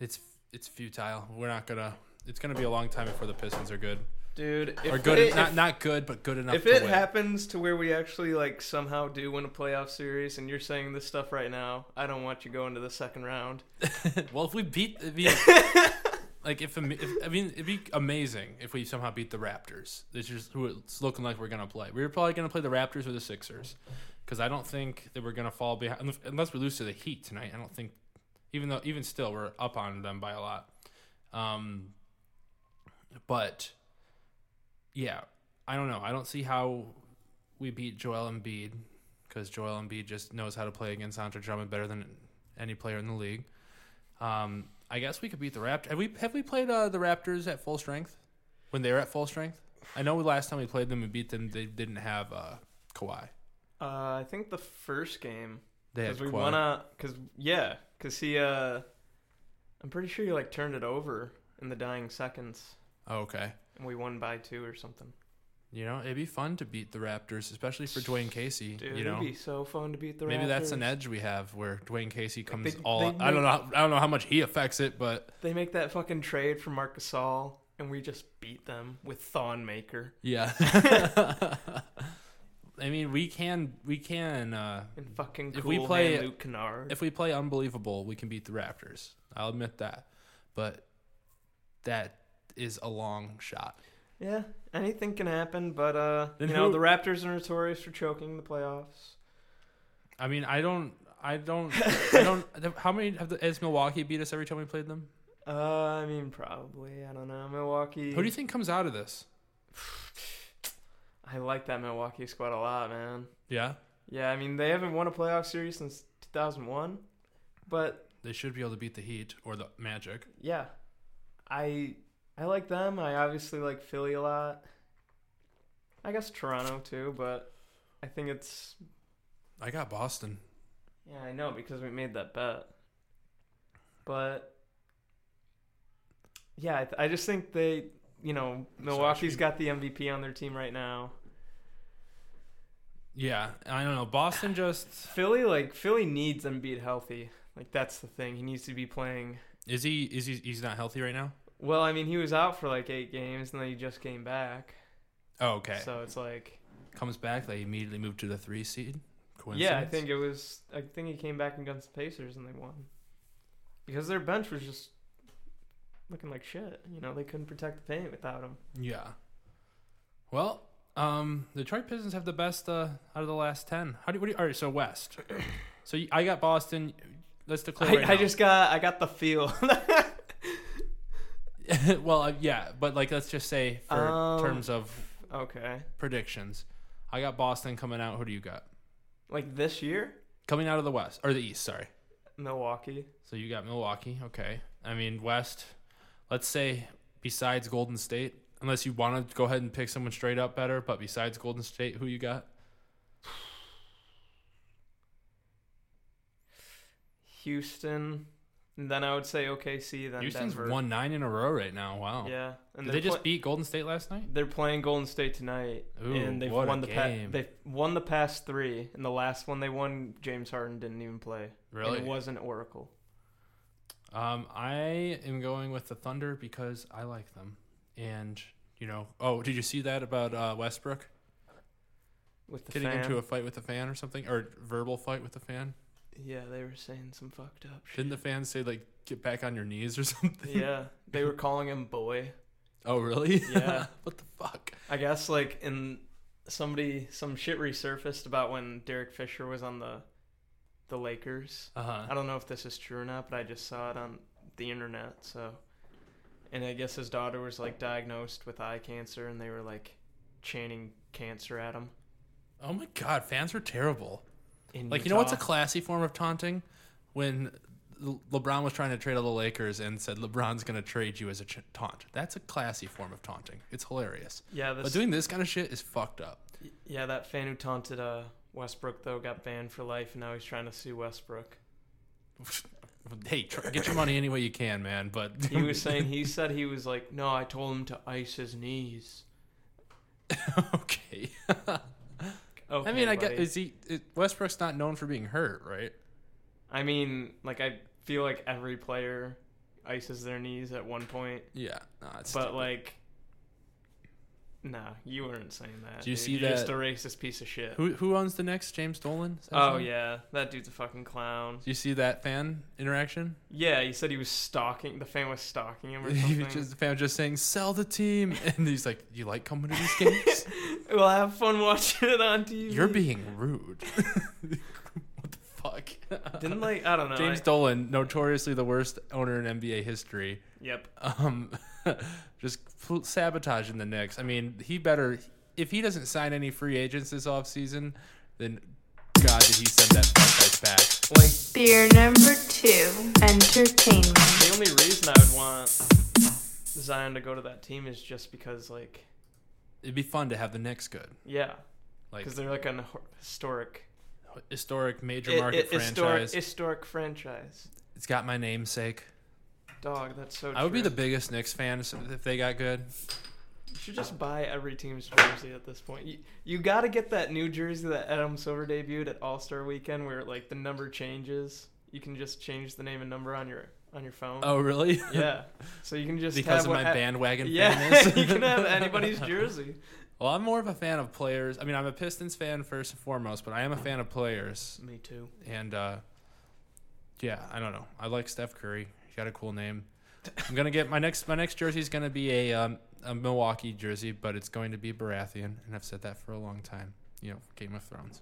it's it's futile. We're not gonna. It's gonna be a long time before the Pistons are good. Dude, if Or good, it, not if, not good, but good enough. if to it win. happens to where we actually like somehow do win a playoff series, and you're saying this stuff right now, I don't want you going to the second round. *laughs* well, if we beat, it'd be, like if, am- if I mean, it'd be amazing if we somehow beat the Raptors. This is who it's looking like we're gonna play. We're probably gonna play the Raptors or the Sixers, because I don't think that we're gonna fall behind unless we lose to the Heat tonight. I don't think, even though even still we're up on them by a lot. Um, but yeah, I don't know. I don't see how we beat Joel Embiid because Joel Embiid just knows how to play against Andre Drummond better than any player in the league. Um, I guess we could beat the Raptors. Have we have we played uh, the Raptors at full strength when they were at full strength? I know last time we played them and beat them, they didn't have uh, Kawhi. Uh, I think the first game They had because we Kawhi. won out. Because yeah, because he. Uh, I'm pretty sure he like turned it over in the dying seconds, Oh, okay. and we won by two or something. You know, it'd be fun to beat the Raptors, especially for Dwayne Casey. Dude, you know, it'd be so fun to beat the maybe Raptors. that's an edge we have where Dwayne Casey comes they- all. they I don't know. How, I don't know how much he affects it, but They make that fucking trade for Marc Gasol, and we just beat them with Thon Maker *laughs* yeah. *laughs* I mean, we can we can uh, and fucking cool If we play- hand Luke Kennard. if we play unbelievable, we can beat the Raptors. I'll admit that, but that is a long shot. yeah, anything can happen, but uh, you Then know who- the Raptors are notorious for choking the playoffs. *laughs* I mean, I don't. I don't. I *laughs* don't. How many have the, has Milwaukee beat us every time we played them? Uh, I mean, probably. I don't know. Milwaukee. Who do you think comes out of this? *sighs* I like that Milwaukee squad a lot, man. Yeah, Yeah, I mean, they haven't won a playoff series since 2001, but they should be able to beat the Heat or the Magic. yeah, I I like them. I obviously like Philly a lot. I guess Toronto too, but I think it's I got Boston. yeah, I know because we made that bet. But yeah, I, th- I just think they, you know, Milwaukee's got the MVP on their team right now. Yeah, I don't know. Boston just Philly, like Philly, needs Embiid healthy. Like that's the thing. He needs to be playing. is he is he he's not healthy right now. Well, I mean, he was out for like eight games, and then he just came back. Oh, okay. So it's like, Comes back, they immediately move to the three seed. yeah, I Coincidence? think it was. I think he came back against the Pacers, and they won because their bench was just looking like shit. You know, they couldn't protect the paint without him. Yeah. Well, um, the Detroit Pistons have the best uh, out of the last ten. How do, what do you? All right, so *clears throat* West. So you, I got Boston. Let's declare. right I, I now. just got, I got the feel. *laughs* *laughs* well, uh, yeah, but like let's just say for Um, terms of okay, predictions, I got Boston coming out. Who do you got like this year, coming out of the West or the East? Sorry. Milwaukee. So you got Milwaukee. Okay. I mean, West, let's say besides Golden State, unless you want to go ahead and pick someone straight up better, but besides Golden State, who you got? Houston, and then I would say OKC, then Houston's Denver. won nine in a row right now. Wow. Yeah, and Did they're they just pla- beat Golden State last night? They're playing Golden State tonight, Ooh, and they've what a won the pa- game. they've won the past three, and the last one they won, James Harden didn't even play. And Really? it was an Oracle. Um, I am going with the Thunder because I like them. And, you know, oh, did you see that about uh, Westbrook With the getting fan. into a fight with a fan or something? Or verbal fight with a fan? yeah, they were saying some fucked up shit. Didn't the fans say, like, get back on your knees or *laughs* something? yeah, they were calling him boy. Oh, really? Yeah. *laughs* what the fuck? I guess like in somebody some shit resurfaced about when Derek Fisher was on the the Lakers. Uh huh. I don't know if this is true or not, but I just saw it on the internet. So, and I guess his daughter was like diagnosed with eye cancer, and they were like chanting cancer at him. Oh my god, fans were terrible. In Like you know what's a Utah. classy form of taunting? When Le- LeBron was trying to trade all the Lakers and said LeBron's going to trade you as a ch- taunt. That's a classy form of taunting. It's hilarious. yeah, this, But doing this kind of shit is fucked up. yeah, that fan who taunted uh, Westbrook though got banned for life, and now he's trying to sue Westbrook. hey, try, get your money any way you can, man. But *laughs* *laughs* He was saying he said he was like, no, I told him to ice his knees. okay. Okay, I mean, I buddy. guess is he it, Westbrook's not known for being hurt, right? I mean, like I feel like every player ices their knees at one point, Yeah. Nah, it's but stupid. like, nah, you weren't saying that. Do you dude. see You're Just a that- racist piece of shit. who who owns the next James Dolan? Is that his Oh name? yeah, that dude's a fucking clown. Do you see that fan interaction? Yeah, he said he was stalking. The fan was stalking him *laughs* or He something. was just, the fan was just saying, sell the team. *laughs* And he's like, you like coming to these games? We'll have fun watching it on TV. You're being rude. *laughs* what the fuck? didn't like I don't know. James I- Dolan, notoriously the worst owner in NBA history. yep. Um, *laughs* just fl- sabotaging the Knicks. I mean, he better if he doesn't sign any free agents this offseason, then God did he send that franchise back. Like Beer number two, entertainment. the only reason I would want Zion to go to that team is just because like It'd be fun to have the Knicks good, yeah, like because they're like an hor- historic historic major It- market it- franchise. Historic, historic franchise. it's got my namesake. Dog, that's so. I would be the true. biggest Knicks fan if they got good. You should just buy every team's jersey at this point. You, you got to get that new jersey that Adam Silver debuted at All Star Weekend, where like the number changes. You can just change the name and number on your on your phone. Oh, really? *laughs* *laughs* yeah. So you can just because have of what my ha- bandwagon *laughs* Yeah, famous. you can *laughs* have anybody's jersey. Well, I'm more of a fan of players. I mean, I'm a Pistons fan first and foremost, but I am a fan of players. Me too. And uh, yeah, I don't know. I like Steph Curry. He's got a cool name. I'm gonna get my next my next jersey is gonna be a um, a Milwaukee jersey, but it's going to be Baratheon, and I've said that for a long time. You know, Game of Thrones.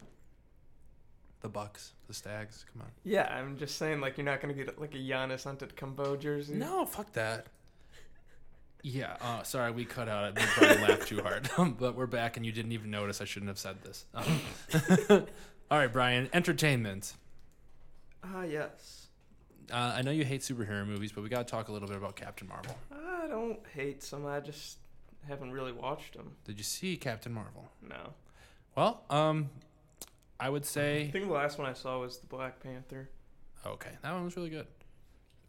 The Bucks, the Stags. Come on. Yeah, I'm just saying, like you're not gonna get like a Giannis Antetokounmpo jersey. No, fuck that. Yeah, uh, sorry, we cut out. We probably laughed too hard, *laughs* but we're back, and you didn't even notice. I shouldn't have said this. Um, *laughs* all right, Brian, entertainment. Ah, yes. Uh, I know you hate superhero movies, but we got to talk a little bit about Captain Marvel. I don't hate some. I just haven't really watched them. Did you see Captain Marvel? No. Well, um, I would I say think the last one I saw was the Black Panther. okay. That one was really good.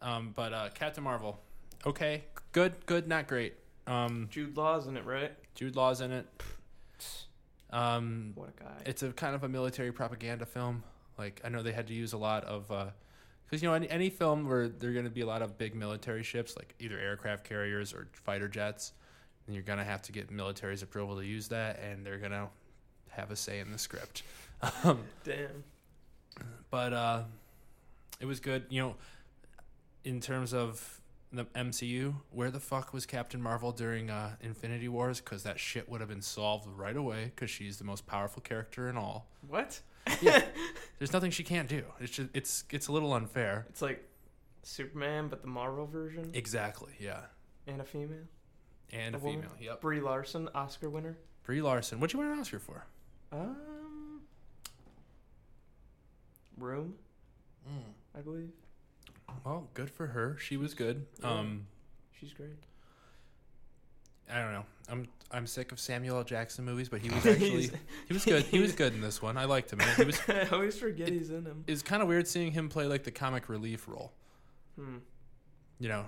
Um, but uh, Captain Marvel, okay, good, good, not great. Um, Jude Law's in it, right? Jude Law's in it. Um, What a guy. it's a kind of a military propaganda film. Like I know they had to use a lot of because you know any, any film where there are going to be a lot of big military ships, like either aircraft carriers or fighter jets, then you're going to have to get military's approval to use that, and they're going to have a say in the script. Um, Damn. but uh, it was good, you know. In terms of the MCU, where the fuck was Captain Marvel during uh, Infinity Wars? Because that shit would have been solved right away. Because she's the most powerful character in all. What? There's nothing she can't do. It's just, it's it's a little unfair. It's like Superman, but the Marvel version, Exactly. Yeah. and a female. And a, A female. woman? Yep. Brie Larson, Oscar winner. Brie Larson. What'd you win an Oscar for? Um, Room, I believe. Mm. Well, good for her. She was good. Yeah. Um, She's *laughs* great. I don't know. I'm I'm sick of Samuel L. Jackson movies, but he *laughs* was actually he was good. *laughs* He was good in this one. I liked him. He was. *laughs* *laughs* I always forget It- he's in him. It's kind of weird seeing him play like the comic relief role. Hmm. You know,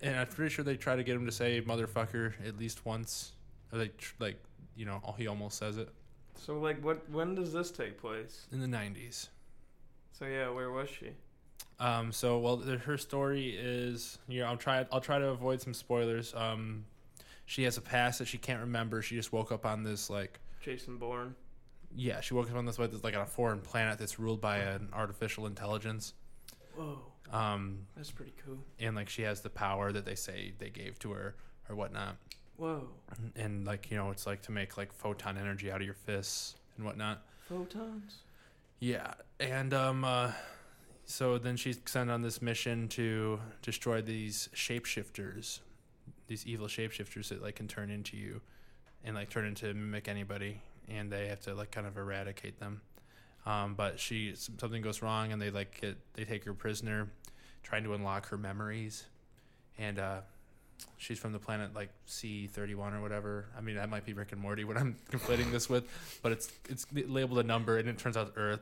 and I'm pretty sure they try to get him to say "motherfucker" at least once. Or they tr- like you know he almost says it So like, what? When does this take place? in the '90s. So yeah, where was she? Um, so well, the, her story is you know I'll try I'll try to avoid some spoilers. Um, she has a past that she can't remember. She just woke up on this like Jason Bourne. yeah she woke up on this like, this, like on a foreign planet that's ruled by an artificial intelligence. Whoa, Um, that's pretty cool. and like she has the power that they say they gave to her or whatnot. Whoa, And like you know it's like to make like photon energy out of your fists and whatnot. photons. Yeah, and um, uh, so then she's sent on this mission to destroy these shapeshifters, these evil shapeshifters that like can turn into you, and like turn into mimic anybody, and they have to like kind of eradicate them. Um, but she some- something goes wrong, and they like get they take her prisoner, trying to unlock her memories, and uh, she's from the planet like C thirty one or whatever. I mean that might be Rick and Morty what I'm *laughs* conflating this with, but it's it's labeled a number, and it turns out Earth.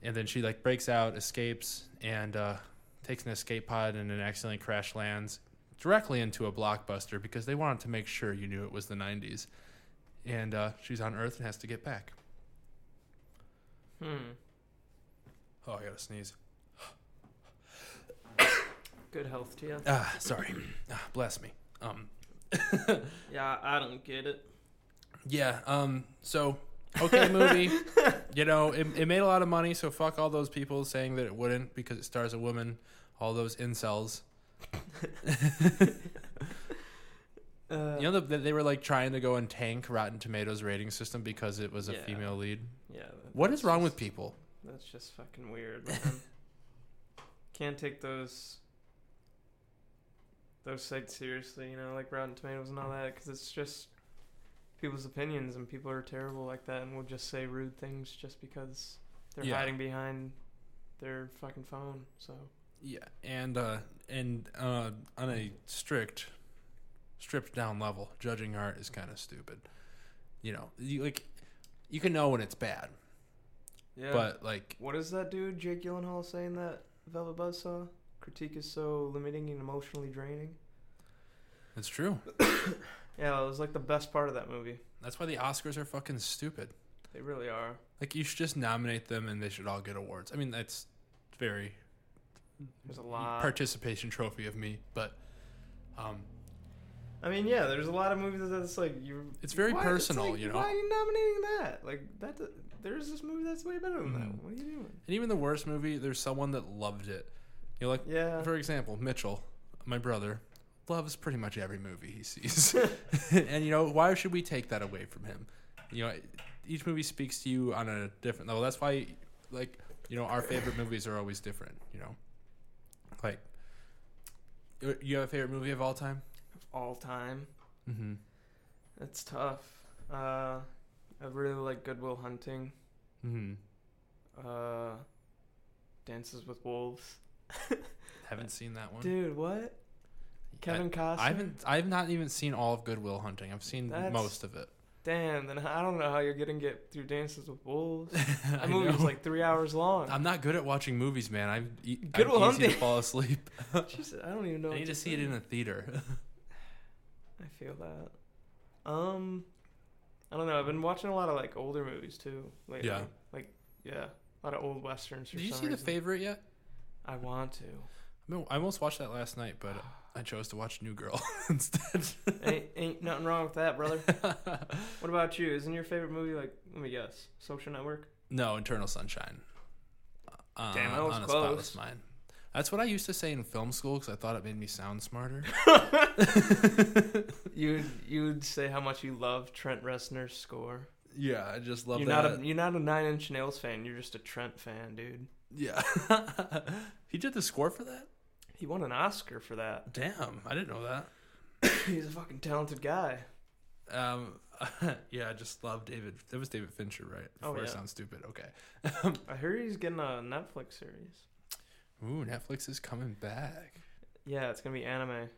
And then she like breaks out, escapes, and uh, takes an escape pod, and then accidentally crash lands directly into a blockbuster because they wanted to make sure you knew it was the '90s. And uh, she's on Earth and has to get back. Hmm. Oh, I gotta sneeze. Good health to you. Ah, sorry. *clears throat* ah, bless me. Um, Yeah, I don't get it. yeah. Um, so okay, movie. *laughs* you know, it, it made a lot of money, so fuck all those people saying that it wouldn't because it stars a woman. All those incels. Uh, You know, the, they were like trying to go and tank Rotten Tomatoes rating system because it was a Yeah. female lead. yeah. that- What is that's wrong just- with people? That's just *laughs* fucking weird, man. Can't take those those sites seriously, you know, like Rotten Tomatoes and all that, because it's just people's opinions and people are terrible like that and will just say rude things just because they're Yeah. hiding behind their fucking phone. So Yeah, and uh, and uh, on a strict, stripped down level, judging art is kind of stupid. You know, you like, you can know when it's bad, yeah, but like, what is that dude Jake Gyllenhaal saying that Velvet Buzzsaw critique is so limiting and emotionally draining? it's true. Yeah, it was like the best part of that movie. That's why the Oscars are fucking stupid. They really are. Like, you should just nominate them, and they should all get awards. I mean, that's very There's a lot. participation trophy of me, but um, I mean, yeah, there's a lot of movies that's like you. It's very why- personal, like, you know? Why are you nominating that? Like that. do- There's this movie that's way better than Mhm. that. What are you doing? and even the worst movie, there's someone that loved it. You know, like Yeah. For example, Mitchell, my brother, loves pretty much every movie he *laughs* sees. and you know, why should we take that away from him? You know, each movie speaks to you on a different level. That's why like, you know, our favorite movies are always different, you know. Like uh, you- you have a favorite movie of all time? All time. Mm-hmm. That's tough. Uh, I really like Goodwill Hunting. Mm-hmm. Uh, Dances with Wolves. Haven't seen that one. Dude, what? Kevin Costner. I haven't. I've not even seen all of Goodwill Hunting. I've seen That's- most of it. Damn. Then I don't know how you're gonna get through Dances with Wolves. *laughs* I *laughs* That movie was know. like three hours long. I'm not good at watching movies, man. I'm, e- Goodwill I'm easy to Hunting. fall *laughs* asleep. Just, I don't even *laughs* know. I what need to see it say. in a theater. I feel that. Um, I don't know. I've been watching a lot of like older movies too lately. Yeah. Like yeah, a lot of old westerns. *laughs* For Did you some see the reason. favorite yet? I want to. *laughs* I, mean, I almost watched that last night, but I chose to watch New Girl *laughs* instead. ain't, ain't nothing wrong with *laughs* that, brother. what about you? Isn't your favorite movie like? Let me guess. Social Network. no, Internal Sunshine. Uh, Damn, that was on a close. spotless mind. That's what I used to say in film school because I thought it made me sound *laughs* smarter. You you would say how much you love Trent Reznor's score. yeah, I just love you're that. not a you're not a Nine Inch Nails fan. You're just a Trent fan, dude. yeah, *laughs* he did the score for that. He won an Oscar for that. *laughs* Damn, I didn't know that. He's a fucking talented guy. Um, *laughs* yeah, I just love David. It was David Fincher, right? Oh, Before I yeah. sound stupid. Okay. I heard he's getting a Netflix series. Ooh, Netflix is coming back. Yeah, it's gonna be anime.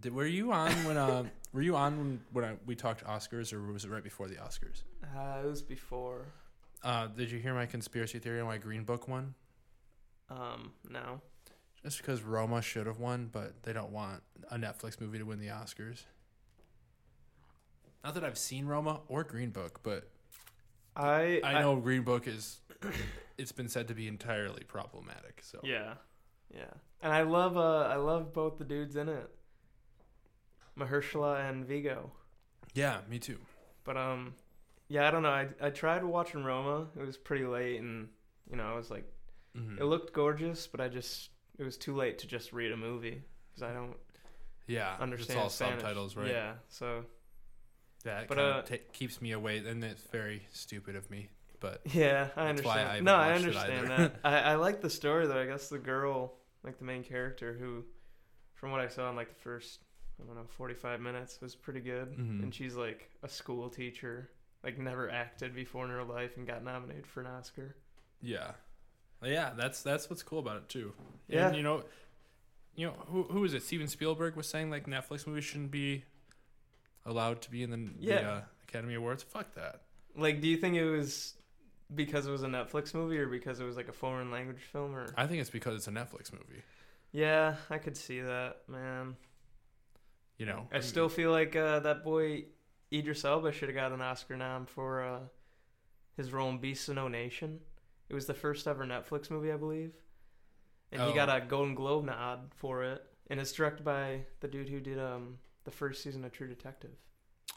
Did, were you on when *laughs* uh, were you on when, when I, we talked Oscars or was it right before the Oscars? Uh, it was before. Uh, did you hear my conspiracy theory on why Green Book won? Um, no. Just because Roma should have won, but they don't want a Netflix movie to win the Oscars. Not that I've seen Roma or Green Book, but I I know Green Book is it's been said to be entirely problematic. So yeah, yeah. And I love uh, I love both the dudes in it, Mahershala and Vigo. yeah, me too. But um, yeah, I don't know. I I tried watching Roma. It was pretty late, and you know, I was like, Mhm. it looked gorgeous, but I just it was too late to just read a movie because I don't Yeah, understand. Ah, It's all Spanish. subtitles, right? Yeah. So that But, kind of uh, keeps me away, and it's very stupid of me. But Yeah, I That's why understand. I no, I haven't watched it understand either. that. I, I like the story though. I guess the girl, like the main character, who, from what I saw in like the first, I don't know, forty-five minutes, was pretty good. Mhm. And she's like a school teacher, like never acted before in her life, and got nominated for an Oscar. yeah, yeah, that's that's what's cool about it too. Yeah. and, you know, you know who who is it? Steven Spielberg was saying like Netflix movies shouldn't be allowed to be in the, the Yeah. uh, Academy Awards. Fuck that. Like, do you think it was because it was a Netflix movie, or because it was like a foreign language film, or? I think it's because it's a Netflix movie. Yeah, I could see that, man. You know, I still feel like uh, that boy Idris Elba should have got an Oscar nom for uh, his role in Beast of No Nation. It was the first ever Netflix movie, I believe, and Oh. he got a Golden Globe nod for it. And it's directed by the dude who did um the first season of True Detective.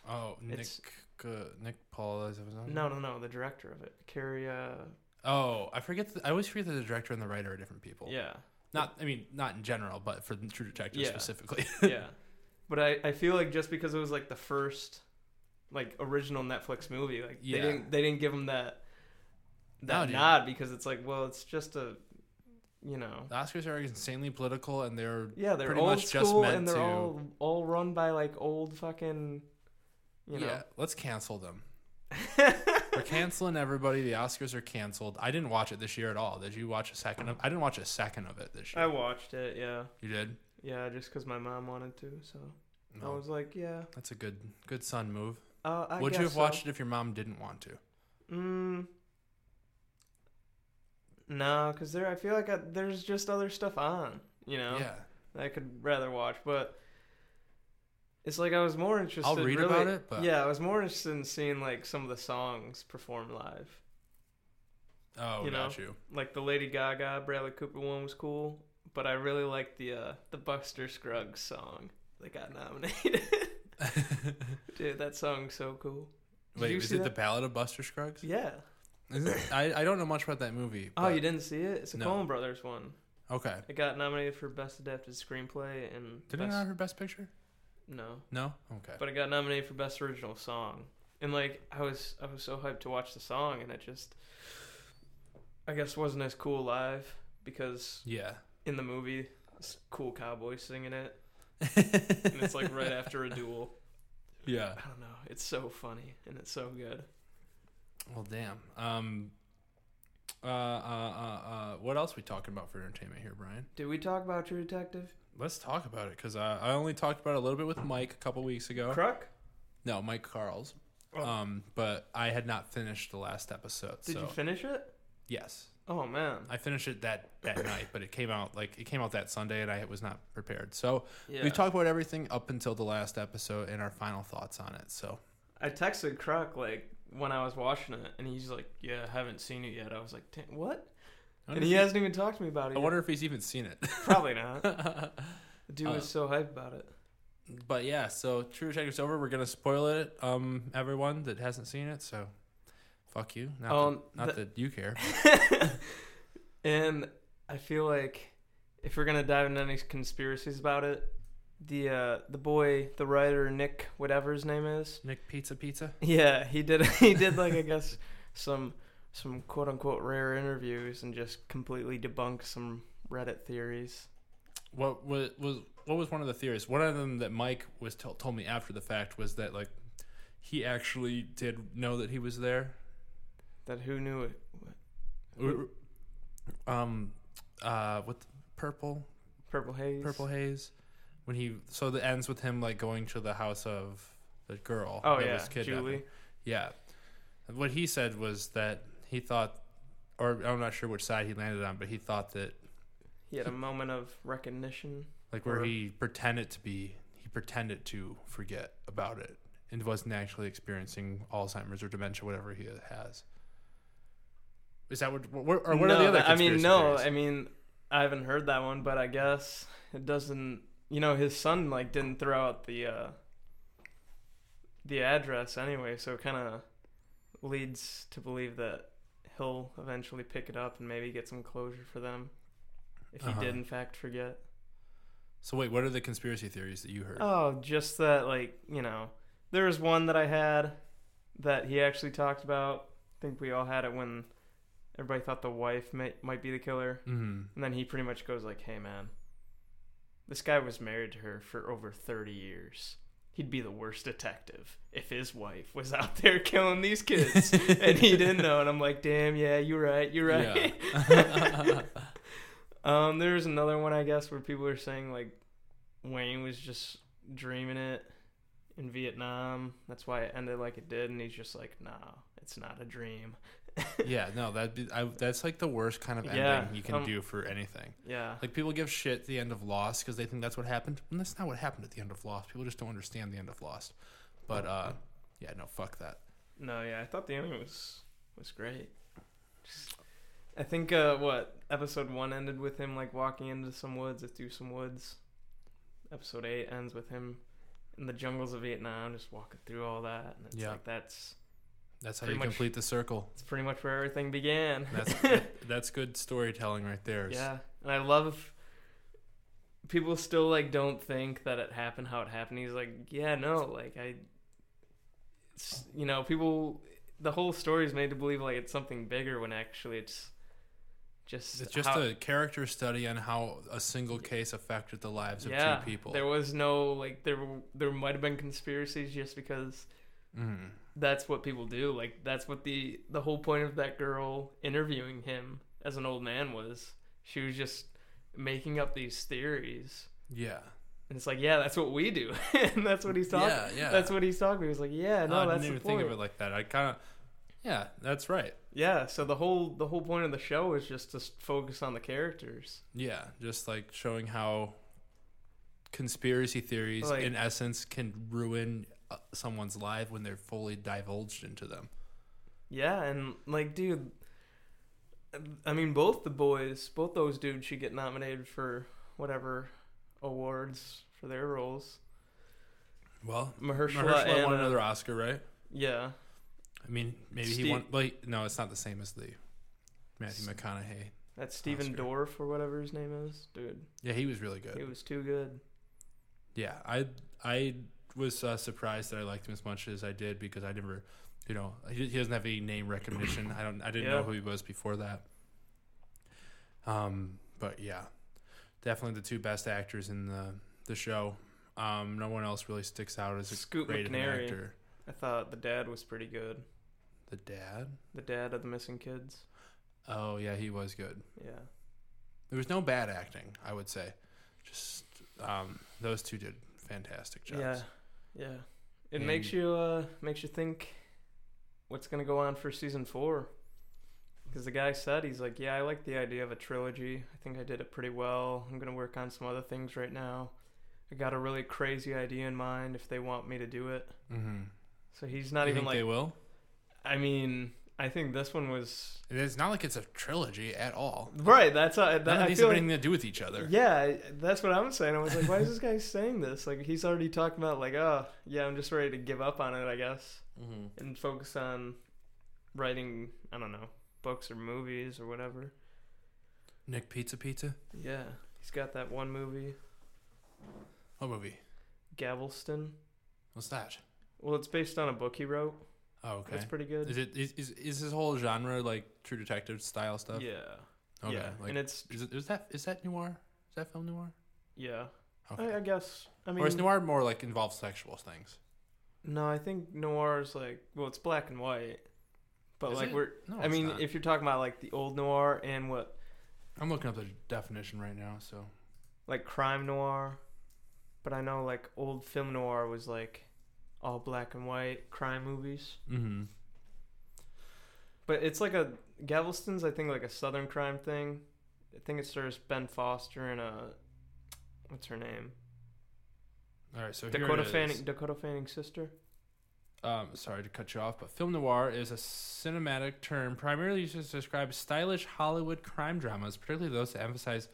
Oh, Nick it's- uh, Nick Paul is that his name? No, no, no, the director of it, Carrie. Uh, Oh, I forget. The, I always forget that the director and the writer are different people. yeah, Not, I mean, not in general, but for True Detective Yeah. specifically. *laughs* yeah. But I, I feel like just because it was like the first like original Netflix movie, like Yeah. they didn't they didn't give him that No, that dude. nod because it's like, well, it's just a you know. The Oscars are insanely political, and they're Yeah, they're pretty old much just school meant and they're to- all all run by like old fucking you *laughs* know. yeah. Let's cancel them. We're canceling everybody. The Oscars are canceled. I didn't watch it this year at all. Did you watch a second of? I didn't watch a second of it this year. I watched it, yeah. you did. Yeah, just because my mom wanted to, so I No, was like, yeah. that's a good good son move. Uh, I Would you guess have so. watched it if your mom didn't want to? Mm. No, because there, I feel like I, there's just other stuff on, you know, Yeah, that I could rather watch. But it's like I was more interested. I'll read really- about it, but Yeah, I was more interested in seeing like some of the songs performed live. oh, You know. got *laughs* you. *laughs* Like the Lady Gaga, Bradley Cooper one was cool, but I really liked the uh, the Buster Scruggs song that got nominated. *laughs* Dude, that song's so cool. Did Wait, you is see it the that? Ballad of Buster *laughs* Scruggs? Yeah. Is it- I, I don't know much about that movie. Oh, but- you didn't see it? It's a No. Coen Brothers one. Okay. It got nominated for Best Adapted Screenplay and Did it Best not her best picture? No, *laughs* No. Okay. but it got nominated for Best Original Song. And like I was, I was so hyped to watch the song, and it just, I guess, wasn't as cool live because yeah. in the movie, it's cool cowboy singing it, and it's like right after a duel. *laughs* *laughs* Yeah. I don't know. It's so funny and it's so good. Well, damn. Um. Uh, uh, uh, uh, what else we talking about for entertainment here, Brian? Did we talk about True Detective? Let's talk about it because I, I only talked about it a little bit with Mike a couple weeks ago. Kruk? No, Mike Carls. Oh. Um, but I had not finished the last episode. Did so you finish it? yes, Oh man. I finished it that that night, but it came out like it came out that Sunday, and I was not prepared. So Yeah. we talked about everything up until the last episode and our final thoughts on it. So I texted Kruk like when I was watching it, and he's like, "Yeah, I haven't seen it yet." I was like, "Damn, "What?" I And wonder he if hasn't even talked to me about I it. yet. wonder if he's even seen it. Probably not. *laughs* *laughs* The dude Uh, was so hyped about it. but yeah, so True Detective's over. We're gonna spoil it, um, everyone that hasn't seen it. So fuck you. Not, Um, that, not that you care. *laughs* and I feel like if we're gonna dive into any conspiracies about it, the uh, the boy, the writer Nick, whatever his name is, Nick Pizza Pizza. yeah, he did *laughs* he did like I guess some some quote unquote rare interviews and just completely debunked some Reddit theories. What was was what was one of the theories? One of them that Mike was t- told me after the fact was that like he actually did know that he was there. That who knew it? Or- Um, uh, with purple Purple haze. purple haze when he so that ends with him like going to the house of the girl. Oh that yeah, was kidnapping. Julie. Yeah. What he said was that he thought, or I'm not sure which side he landed on, but he thought that, He had a moment of recognition. like, where Or- he pretended to be, he pretended to forget about it and wasn't actually experiencing Alzheimer's or dementia, whatever he has. Is that what, what or what no, are the other I mean, conspiracy no, theories? I mean, I haven't heard that one, but I guess it doesn't. You know, his son like didn't throw out the uh, the address anyway, so it kind of leads to believe that he'll eventually pick it up and maybe get some closure for them if he Uh-huh. did in fact forget. So, wait, what are the conspiracy theories that you heard? Oh, just that, like, you know, there was one that I had that he actually talked about. I think we all had it when everybody thought the wife may, might be the killer. hmm And then he pretty much goes, like, hey, man, this guy was married to her for over 30 years. He'd be the worst detective if his wife was out there *laughs* killing these kids *laughs* *laughs* and he didn't know. And I'm like, damn, yeah, you're right, you're right. Yeah. *laughs* *laughs* Um, there's another one I guess where people are saying like Wayne was just dreaming it in Vietnam. That's why it ended like it did, and he's just like, no, it's not a dream. yeah, no, that'd be, I, that's like the worst kind of ending Yeah, you can um, do for anything. Yeah, Like people give shit the end of Lost because they think that's what happened, and that's not what happened at the end of Lost. People just don't understand the end of Lost. But uh, yeah, no, fuck that. no, yeah, I thought the ending was was great. Just- I think uh, what episode one ended with him like walking into some woods, uh, through some woods. Episode eight ends with him in the jungles of Vietnam, just walking through all that, and it's Yeah. like that's That's how Pretty you much- complete the circle. that's pretty much where everything began. That's that- that's good storytelling right there. It's- Yeah, and I love people still like don't think that it happened how it happened. He's like, yeah, no, like I, it's, you know, people. The whole story is made to believe like it's something bigger when actually it's Just It's just how- a character study on how a single case affected the lives of yeah, two people. There was no like there w- there might have been conspiracies just because mm. that's what people do. Like that's what the the whole point of that girl interviewing him as an old man was. She was just making up these theories. Yeah. And it's like, yeah, that's what we do. *laughs* and that's what he's talking. Yeah, yeah. That's what he's talking. He was like, yeah, no, I that's didn't even the point. think of it like that. I kind of, yeah, that's right. Yeah, so the whole the whole point of the show is just to s- focus on the characters. Yeah, just like showing how conspiracy theories, Like- in essence, can ruin uh, someone's life when they're fully divulged into them. Yeah, and like, dude, I mean, both the boys, both those dudes should get nominated for whatever awards for their roles. Well, Mahershala, Mahershala and uh, won another Oscar, right? yeah, I mean, maybe Steve- he won. Like, no, it's not the same as the Matthew McConaughey. that's Stephen Oscar. Dorff or whatever his name is, dude. Yeah, he was really good. He was too good. Yeah, I I was uh, surprised that I liked him as much as I did because I never, you know, he, he doesn't have any name recognition. I don't. I didn't know Yeah. who he was before that. Um, but yeah, definitely the two best actors in the the show. Um, no one else really sticks out as a Scoot great of an McNairy. actor. I thought the dad was pretty good. The dad. The dad of the missing kids. Oh yeah, he was good. Yeah, There was no bad acting. I would say, just um, those two did fantastic jobs. yeah, yeah. It And- makes you uh makes you think what's gonna go on for season four. Because the guy said he's like, yeah, I like the idea of a trilogy. I think I did it pretty well. I'm gonna work on some other things right now. I got a really crazy idea in mind if they want me to do it. Mm-hmm. So he's not even think they like. will. I mean, I think this one was It's not like it's a trilogy at all. right. That's how, that, None of I these feel have like anything to do with each other. Yeah, I- that's what I'm saying. I was like, why is this guy saying this? Like, he's already talking about like, oh, yeah, I'm just ready to give up on it, I guess, and focus on writing. I don't know, books or movies or whatever. Nick Pizza Pizza? Yeah, he's got that one movie, What movie? Gavelston. What's that? Well, it's based on a book he wrote. Oh, okay. That's pretty good. Is it is, is is this whole genre like True Detective style stuff? Yeah, Okay. yeah, Like, and it's is, it, is that is that noir? Is that film noir? yeah. Okay. I, I guess. I mean, or is noir more like involves sexual things? no, I think noir is like well, it's black and white, but Is like it? we're. No, I it's mean, not. if you're talking about like the old noir and what I'm looking up the definition right now. So like crime noir, but I know like old film noir was like all black and white crime movies. mm-hmm. But it's like a Galveston's, I think, like a southern crime thing. I think it stars Ben Foster and a what's her name All right. So here it Dakota is. Fanning, Dakota Fanning's sister. Um, sorry to cut you off, but film noir is a cinematic term primarily used to describe stylish Hollywood crime dramas, particularly those that emphasize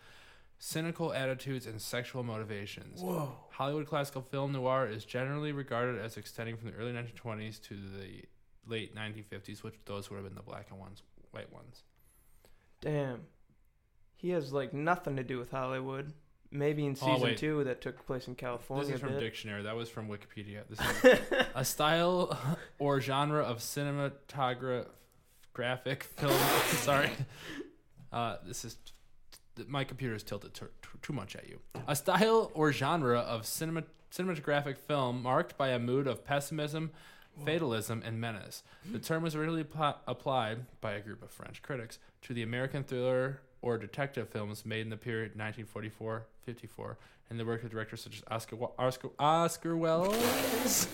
cynical attitudes and sexual motivations. Whoa! Hollywood classical film noir is generally regarded as extending from the early 1920s to the late 1950s, which those would have been the black and ones, white ones. Damn, he has like nothing to do with Hollywood. Maybe in season Oh, wait. two that took place in California. this is a from *laughs* bit. dictionary. That was from Wikipedia. This is a style or genre of cinematographic film. *laughs* Sorry, uh, this is my computer is tilted t- too much at you. A style or genre of cinema cinematographic film marked by a mood of pessimism, fatalism, and menace. The term was originally pl- applied by a group of French critics to the American thriller or detective films made in the period 1944-54 and the work of directors such as Oscar Wa- Oscar, Oscar Wells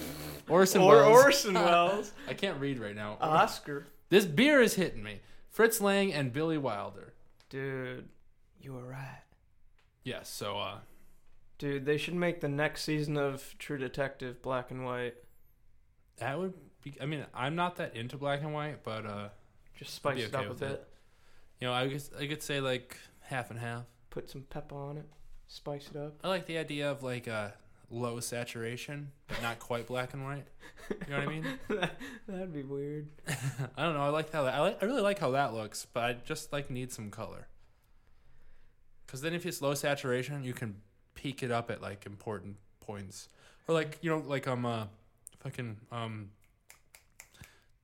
Orson or Welles. Orson Uh-huh. Welles, I can't read right now. Oscar, This beer is hitting me. Fritz Lang and Billy Wilder. dude, you were right. Yes, so uh Dude, they should make the next season of True Detective black and white. that would be I mean, I'm not that into black and white, but uh Just spice Be it okay up a with bit. it. you know, I guess I could say like half and half. Put some pepper on it. Spice it up. I like the idea of like uh low saturation, but not quite black and white. You know what I *laughs* mean? That'd be weird. I don't know. I like how that. I like. I really like how that looks, but I just like need some color. Because then, if it's low saturation, you can peak it up at like important points, or like you know, like um, uh, fucking um,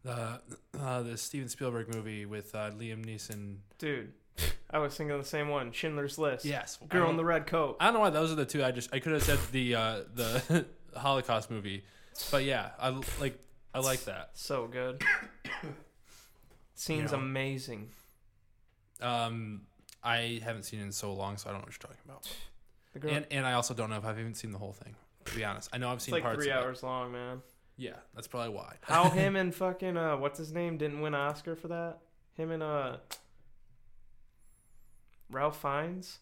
the uh, the Steven Spielberg movie with uh, Liam Neeson. Dude, I was thinking of the same one, Schindler's List. Yes. I Girl don't- in the red coat. I don't know why those are the two. I just I could have said the uh, the *laughs* Holocaust movie, but yeah, I like I like that. so *coughs* good. Scene's You know. amazing. Um, I haven't seen it in so long, so I don't know what you're talking about. The girl. And and I also don't know if I've even seen the whole thing. To be honest, I know I've it's seen like parts. three of it. hours *laughs* long, man. Yeah, that's probably why. How him and fucking uh, what's his name didn't win an Oscar for that? Him and uh, Ralph Fiennes.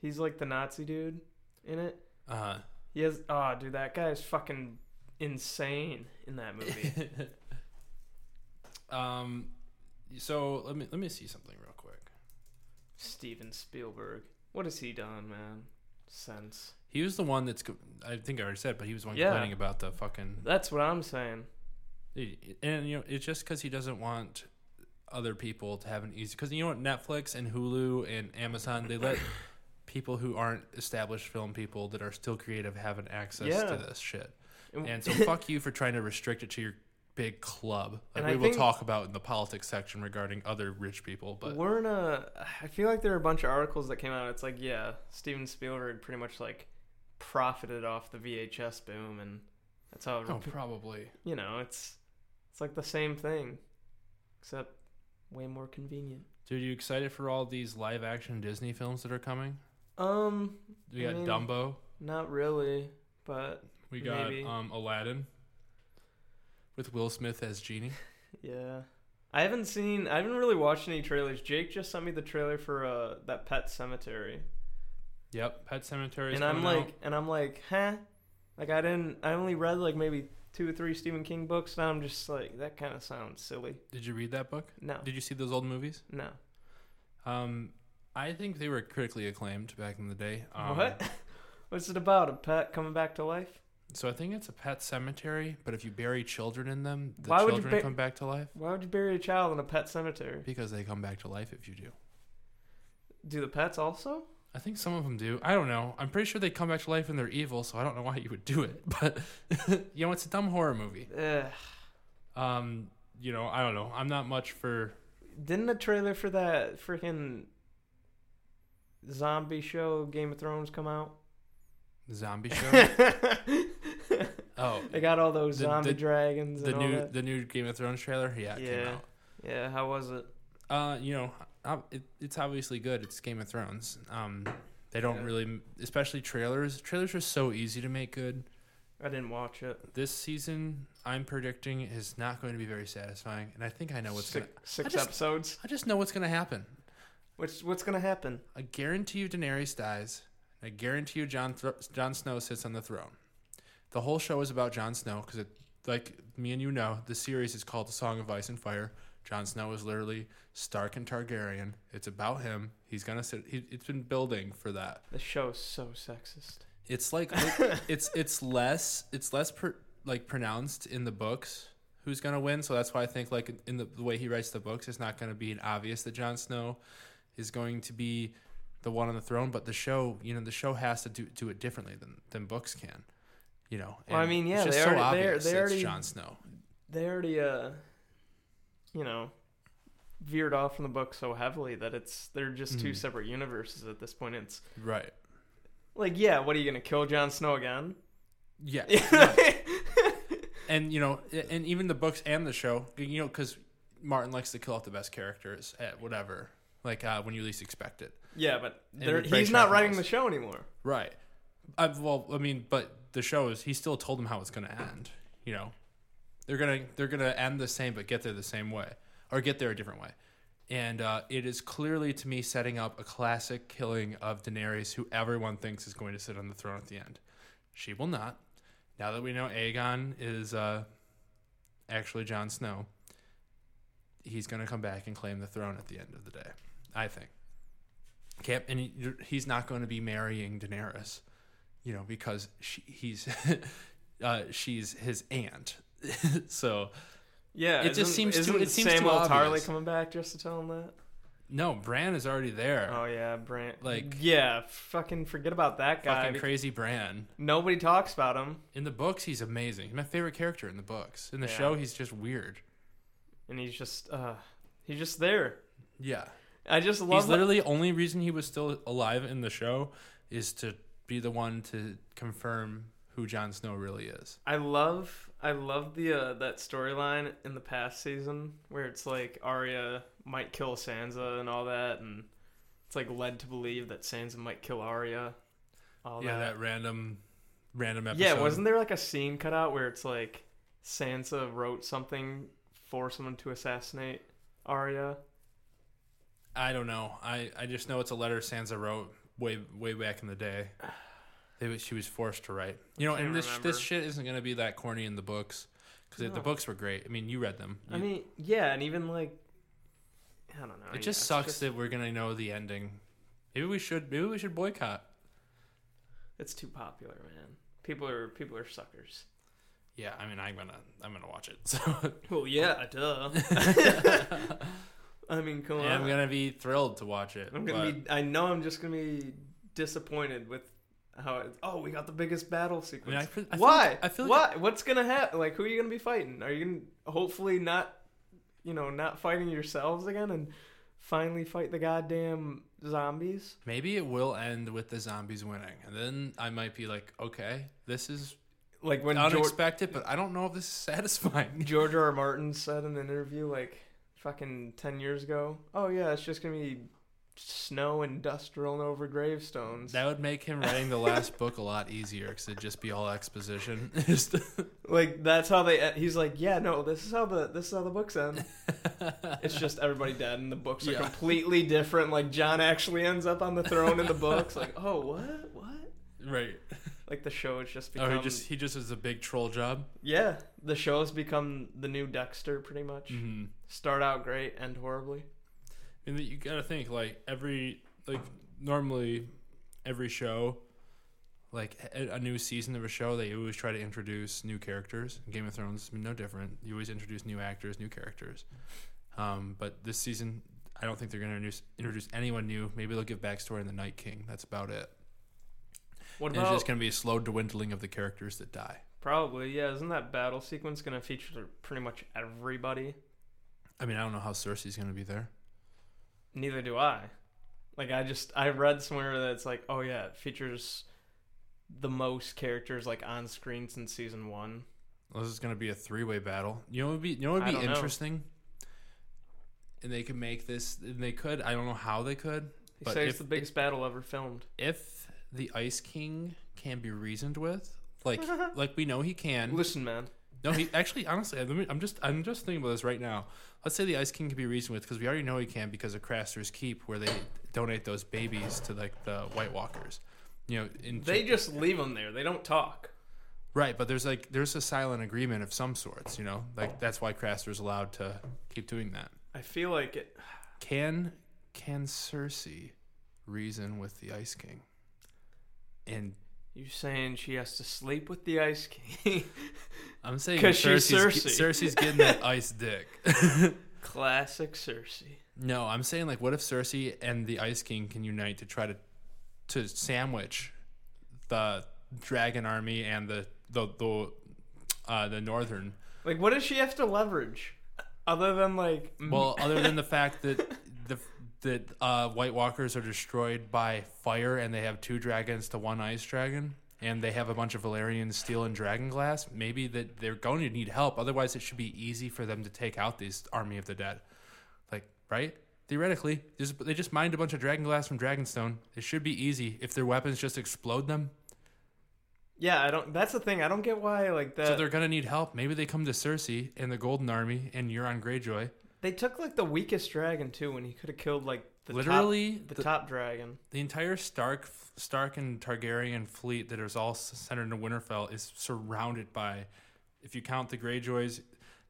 He's like the Nazi dude in it. Uh, He has. Oh, dude, that guy is fucking insane in *laughs* that movie. um, so let me let me see something real quick. Steven Spielberg. What has he done, man? Since He was the one that's. co- I think I already said, but he was the one Yeah. complaining about the fucking. that's what I'm saying. And you know, it's just because he doesn't want other people to have an easy. Because you know what, Netflix and Hulu and Amazon, they *clears throat* let people who aren't established film people that are still creative have an access Yeah. Mm. to this shit. And- *laughs* And so, fuck you for trying to restrict it to your big club. Like And we I will think- talk about in the politics section regarding other rich people, but we're in a. uh, I feel like there are a bunch of articles that came out. It's like, yeah, Steven Spielberg pretty much like profited off the VHS boom, and that's how oh, probably. you know it's it's like the same thing, except way more convenient. Dude, you excited for all these live action Disney films that are coming? Um, We I got mean, Dumbo. not really, but We got maybe. um, Aladdin with Will Smith as genie. yeah. I haven't seen. I haven't really watched any trailers. Jake just sent me the trailer for uh, that Pet Cemetery, Yep, Pet Cemetery. and I'm like, and I'm like, huh? Like I didn't. I only read like maybe two or three Stephen King books, and I'm just like, that kind of sounds silly. did you read that book? No, Did you see those old movies? no. Um, I think they were critically acclaimed back in the day. Um, what? What's it about? A pet coming back to life? So I think it's a pet cemetery, but if you bury children in them, the Why would you children bur- come back to life Why would you bury a child in a pet cemetery? because they come back to life if you do. Do the pets also? I think some of them do. I don't know. I'm pretty sure they come back to life and they're evil, so I don't know why you would do it. *laughs* But you know, it's a dumb horror movie. Ugh. Um, you know, I don't know. I'm not much for Didn't the trailer for that freaking zombie show Game of Thrones come out? *laughs* zombie show. oh, They got all those The- zombie the- dragons the and all new that. the new Game of Thrones trailer. Yeah, it came Yeah. out. Yeah, how was it? Uh, you know, ob- it, it's obviously good. It's Game of Thrones. Um, they don't Yeah. really, especially trailers. Trailers are so easy to make good. I didn't watch it. This season, I'm predicting is not going to be very satisfying, and I think I know what's six gonna. six I just- episodes. I just know what's gonna happen. What's what's gonna happen? I guarantee you, Daenerys dies. and I guarantee you, John Thro John Snow sits on the throne. The whole show is about Jon Snow because, like me and you know, the series is called The Song of Ice and Fire. Jon Snow is literally Stark and Targaryen. It's about him. He's gonna sit. He, it's been building for that. The show's so sexist. It's like *laughs* it's it's less it's less per, like pronounced in the books who's gonna win. So that's why I think like in the, the way he writes the books, it's not gonna be an obvious that Jon Snow is going to be the one on the throne. But the show, you know, the show has to do do it differently than than books can. You know, Well, I And mean, it's yeah, just they so already- they- obvious they it's already- Jon Snow. They already uh you know veered off from the book so heavily that it's they're just two Mhm. separate universes at this point. It's Right. like, yeah, what are you gonna kill Jon Snow again? Yeah. and you know, and even the books and the show, you know, because Martin likes to kill off the best characters at whatever, like uh, when you least expect it. *laughs* Yeah, but they're, with Brett he's not Kavanagh's. writing the show anymore. Right. I, well, I mean, but the show is he still told them how it's going to end. You know, they're gonna they're gonna end the same, but get there the same way, or get there a different way. And uh, it is clearly to me setting up a classic killing of Daenerys, who everyone thinks is going to sit on the throne at the end. She will not. Now that we know Aegon is uh, actually Jon Snow, he's going to come back and claim the throne at the end of the day. I think. Can't, and he, you're- he's not going to be marrying Daenerys, you know, because she, he's *laughs* uh, she's his aunt. *laughs* so Yeah, It just isn't- seems too- isn't it seems too Samuel Tarly obvious. coming back just to tell him that. no, Bran is already there. Oh yeah, Brant. Like- yeah, fucking forget about that guy. Fucking crazy Bran. Nobody talks about him, In the books, he's amazing. He's my favorite character in the books. In the Yeah. show, he's just weird. and he's just uh, he's just there. Yeah. I just love. He's the- literally only reason he was still alive in the show is to be the one to confirm who Jon Snow really is. I love. I love the uh, that storyline in the past season where it's like Arya might kill Sansa and all that, and it's like led to believe that Sansa might kill Arya. All yeah, that. that random, random episode. Yeah, wasn't there like a scene cut out where it's like Sansa wrote something for someone to assassinate Arya? I don't know. I, I just know it's a letter Sansa wrote way way back in the day. They, was- she was forced to write. You know, Can't and this remember. this shit isn't gonna be that corny in the books because No. the books were great. I mean, you read them. I You- mean, yeah, and even like I don't know. it just yeah, sucks it's just- that we're gonna know the ending. Maybe we should maybe we should boycott. it's too popular, man. People are people are suckers. Yeah, I mean, I'm gonna I'm gonna watch it. *laughs* So Well, yeah, *laughs* duh. *laughs* I mean, come on. And I'm gonna be thrilled to watch it. I'm gonna but be. I know I'm just gonna be disappointed with how. It, oh, we got the biggest battle sequence. I feel- I feel Why? like- I feel Why? like- What's gonna happen? Like, who are you gonna be fighting? Are you gonna hopefully not, you know, not fighting yourselves again and finally fight the goddamn zombies? maybe it will end with the zombies winning, and then I might be like, okay, this is Like when George, unexpected, but I don't know if this is *laughs* satisfying. George R. R. Martin said in an interview, like fucking ten years ago. Oh yeah, it's just gonna be snow and dust rolling over gravestones. That would make him writing the last book a lot easier because it'd just be all exposition. *laughs* Just- Like that's how they. He's like, yeah, no, this is how the this is how the books *laughs* end. it's just everybody dead, and the books are Yeah. completely different. Like John actually ends up on the throne *laughs* in the books. Like, oh, what, what? right. Like the show has just Oh, become. he just he just is a big troll job. yeah, the show has become the new Dexter, pretty much. Mm-hmm. Start out great, end horribly. And you gotta think like every like normally every show, like a a new season of a show, they always try to introduce new characters. Game of Thrones is no different. You always introduce new actors, new characters. Um, but this season, I don't think they're gonna introduce, introduce anyone new. Maybe they'll give backstory in the Night King. That's about it. What And about it's just gonna be a slow dwindling of the characters that die. probably? Yeah, isn't that battle sequence gonna feature pretty much everybody? I mean, I don't know how Cersei's gonna be there. Neither do I. Like I just I read somewhere that it's like, oh yeah, it features the most characters like on screen since season one. This is gonna be a three way battle. You know, what would be you know, what I would be don't know. interesting. And they could make this. And they could. I don't know how they could. He But says if- it's the biggest battle ever filmed. If the Ice King can be reasoned with, *laughs* like like we know he can. Listen, man. No, he actually honestly. let me- I'm just I'm just thinking about this right now. Let's say the Ice King can be reasoned with because we already know he can because of Craster's Keep, where they donate those babies to like the White Walkers. You know, in They just leave them there. They don't talk. Right, but there's like there's a silent agreement of some sorts, you know. Like that's why Craster's allowed to keep doing that. I feel like it Can can Cersei reason with the Ice King? And you saying she has to sleep with the Ice King. *laughs* I'm saying 'Cause she's Cersei's- Cersei. Cersei's getting *laughs* that ice dick. *laughs* Classic Cersei. no, I'm saying like what if Cersei and the Ice King can unite to try to to sandwich the dragon army and the the the uh, the northern Like what does she have to leverage? Other than like mm, Well, other than the fact that the that uh, White Walkers are destroyed by fire, and they have two dragons to one ice dragon, and they have a bunch of Valerian steel and dragon glass, maybe that they're going to need help. Otherwise, it should be easy for them to take out this army of the dead. Like, right? Theoretically, there's- they just mined a bunch of dragon glass from Dragonstone. It should be easy if their weapons just explode them. Yeah, I don't that's the thing. I don't get why like that So they're gonna need help. Maybe they come to Cersei and the Golden Army and Euron Greyjoy. they took like the weakest dragon too when he could have killed like the top- Literally, the the- top dragon. The entire Stark, Stark and Targaryen fleet that is all centered in Winterfell is surrounded by, if you count the Greyjoys,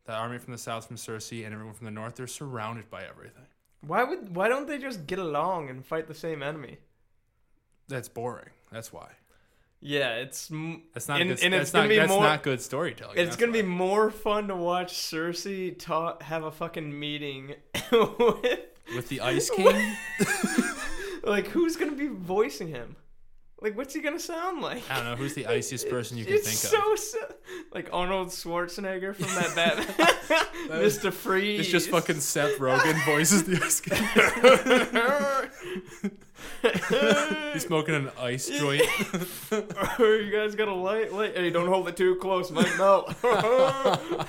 the army from the south from Cersei and everyone from the north, they're surrounded by everything. Why would why don't they just get along and fight the same enemy? That's boring. That's why. Yeah, it's m- That's not. and, good, and that's it's gonna not, be that's more not good storytelling. it's that's gonna be why. more fun to watch Cersei talk have a fucking meeting *laughs* with with the Ice King. like who's gonna be voicing him? Like, what's he gonna sound like? I don't know who's the iciest person you can it's think of. so, so like Arnold Schwarzenegger from *laughs* that *laughs* Batman, Mr. Freeze. It's just *laughs* fucking Seth Rogen voices the ice *laughs* *laughs* He's smoking an ice joint. Oh, *laughs* you guys got a light? Light? Hey, don't hold it too close, might *laughs* melt. *laughs* oh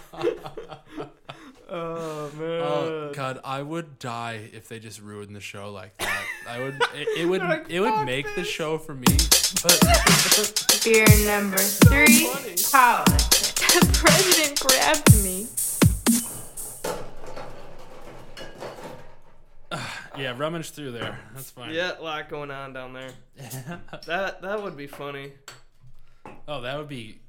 man. Oh God, I would die if they just ruined the show like that. I *laughs* would. It, it would. Like, it would fuck make the this. show for me. But Fear number three, funny. politics. *laughs* The president grabbed me. *laughs* yeah, rummage through there. That's fine. Yeah, a lot going on down there. That that would be funny. *laughs* Oh, that would be.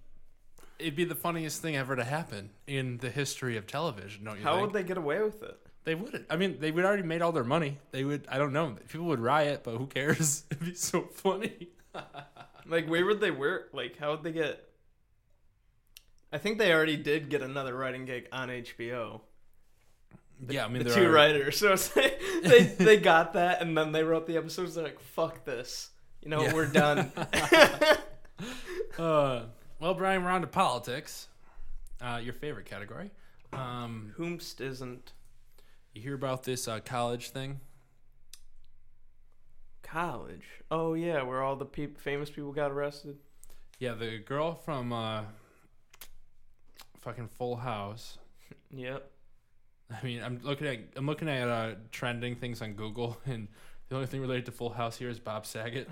It'd be the funniest thing ever to happen in the history of television. Don't you How think? would they get away with it? They would. I mean, they would already made all their money. They would. I don't know. People would riot, but who cares? *laughs* It'd be so funny. Like, where would they work? Like, how would they get? I think they already did get another writing gig on HBO. yeah, I mean, The there two are, writers, so it's like, *laughs* they they got that, and then they wrote the episodes. They're like, "Fuck this," you know, Yeah. *laughs* we're done. *laughs* Uh, well, Brian, we're on to politics. Uh, your favorite category. Um, Whomst isn't you hear about this uh, college thing? college. Oh yeah, where all the peop famous people got arrested. Yeah, the girl from uh, fucking Full House. Yep. I mean, I'm looking at I'm looking at uh, trending things on Google, *laughs* and the only thing related to Full House here is Bob Saget.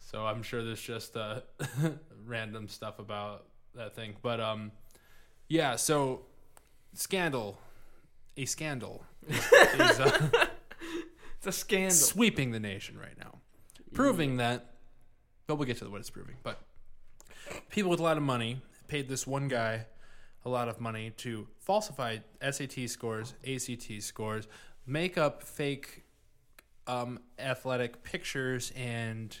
so I'm sure there's just uh, *laughs* random stuff about that thing. But um, yeah. So scandal, a scandal is, is, uh, It's a scandal. sweeping the nation right now, proving that. But we'll get to what it's proving. But people with a lot of money paid this one guy a lot of money to falsify SAT scores, ACT scores, make up fake um, athletic pictures, and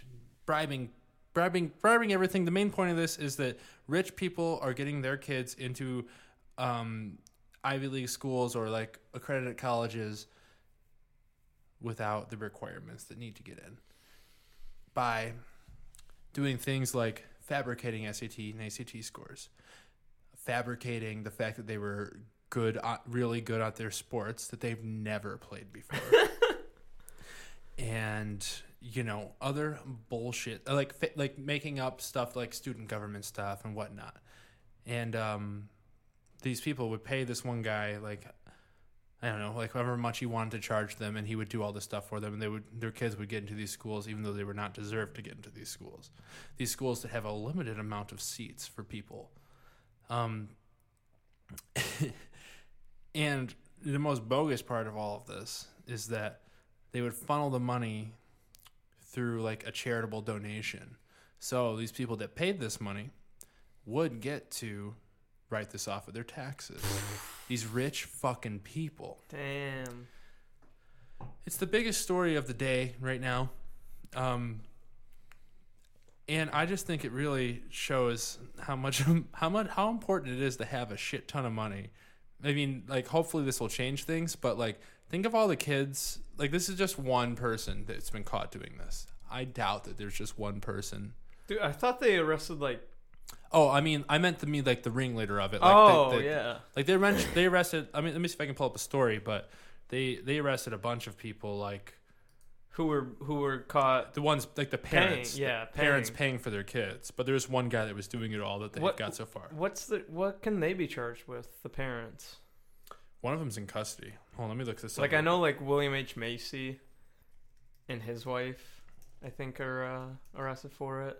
bribing. Bribing, bribing everything. The main point of this is that rich people are getting their kids into um, Ivy League schools or like accredited colleges without the requirements that need to get in by doing things like fabricating SAT and ACT scores, fabricating the fact that they were good, at, really good at their sports that they've never played before, and you know other bullshit uh, like fa- like making up stuff like student government stuff and whatnot, and um, these people would pay this one guy like I don't know, like however much he wanted to charge them, and he would do all this stuff for them, and they would their kids would get into these schools, even though they were not deserved to get into these schools. These schools that have a limited amount of seats for people, um, *laughs* and the most bogus part of all of this is that they would funnel the money through like a charitable donation. So these people that paid this money would get to write this off of their taxes. these rich fucking people. Damn. It's the biggest story of the day right now. Um, and I just think it really shows how much *laughs* how much how important it is to have a shit ton of money. I mean, like hopefully this will change things, but like think of all the kids. Like this is just one person that's been caught doing this. I doubt that there's just one person. Dude, I thought they arrested like. Oh, I mean, I meant to mean like the ringleader of it. Like oh the, the, yeah. like they arre- they arrested. I mean, let me see if I can pull up a story, but they they arrested a bunch of people, like Who were who were caught? the ones like the parents, the yeah, parents paying. paying for their kids. But there's one guy that was doing it all that they What- got so far. What's the what can they be charged with? The parents. One of them's in custody. Hold on, let me look this up. Like I know like William H Macy, and his wife, I think are uh, arrested for it,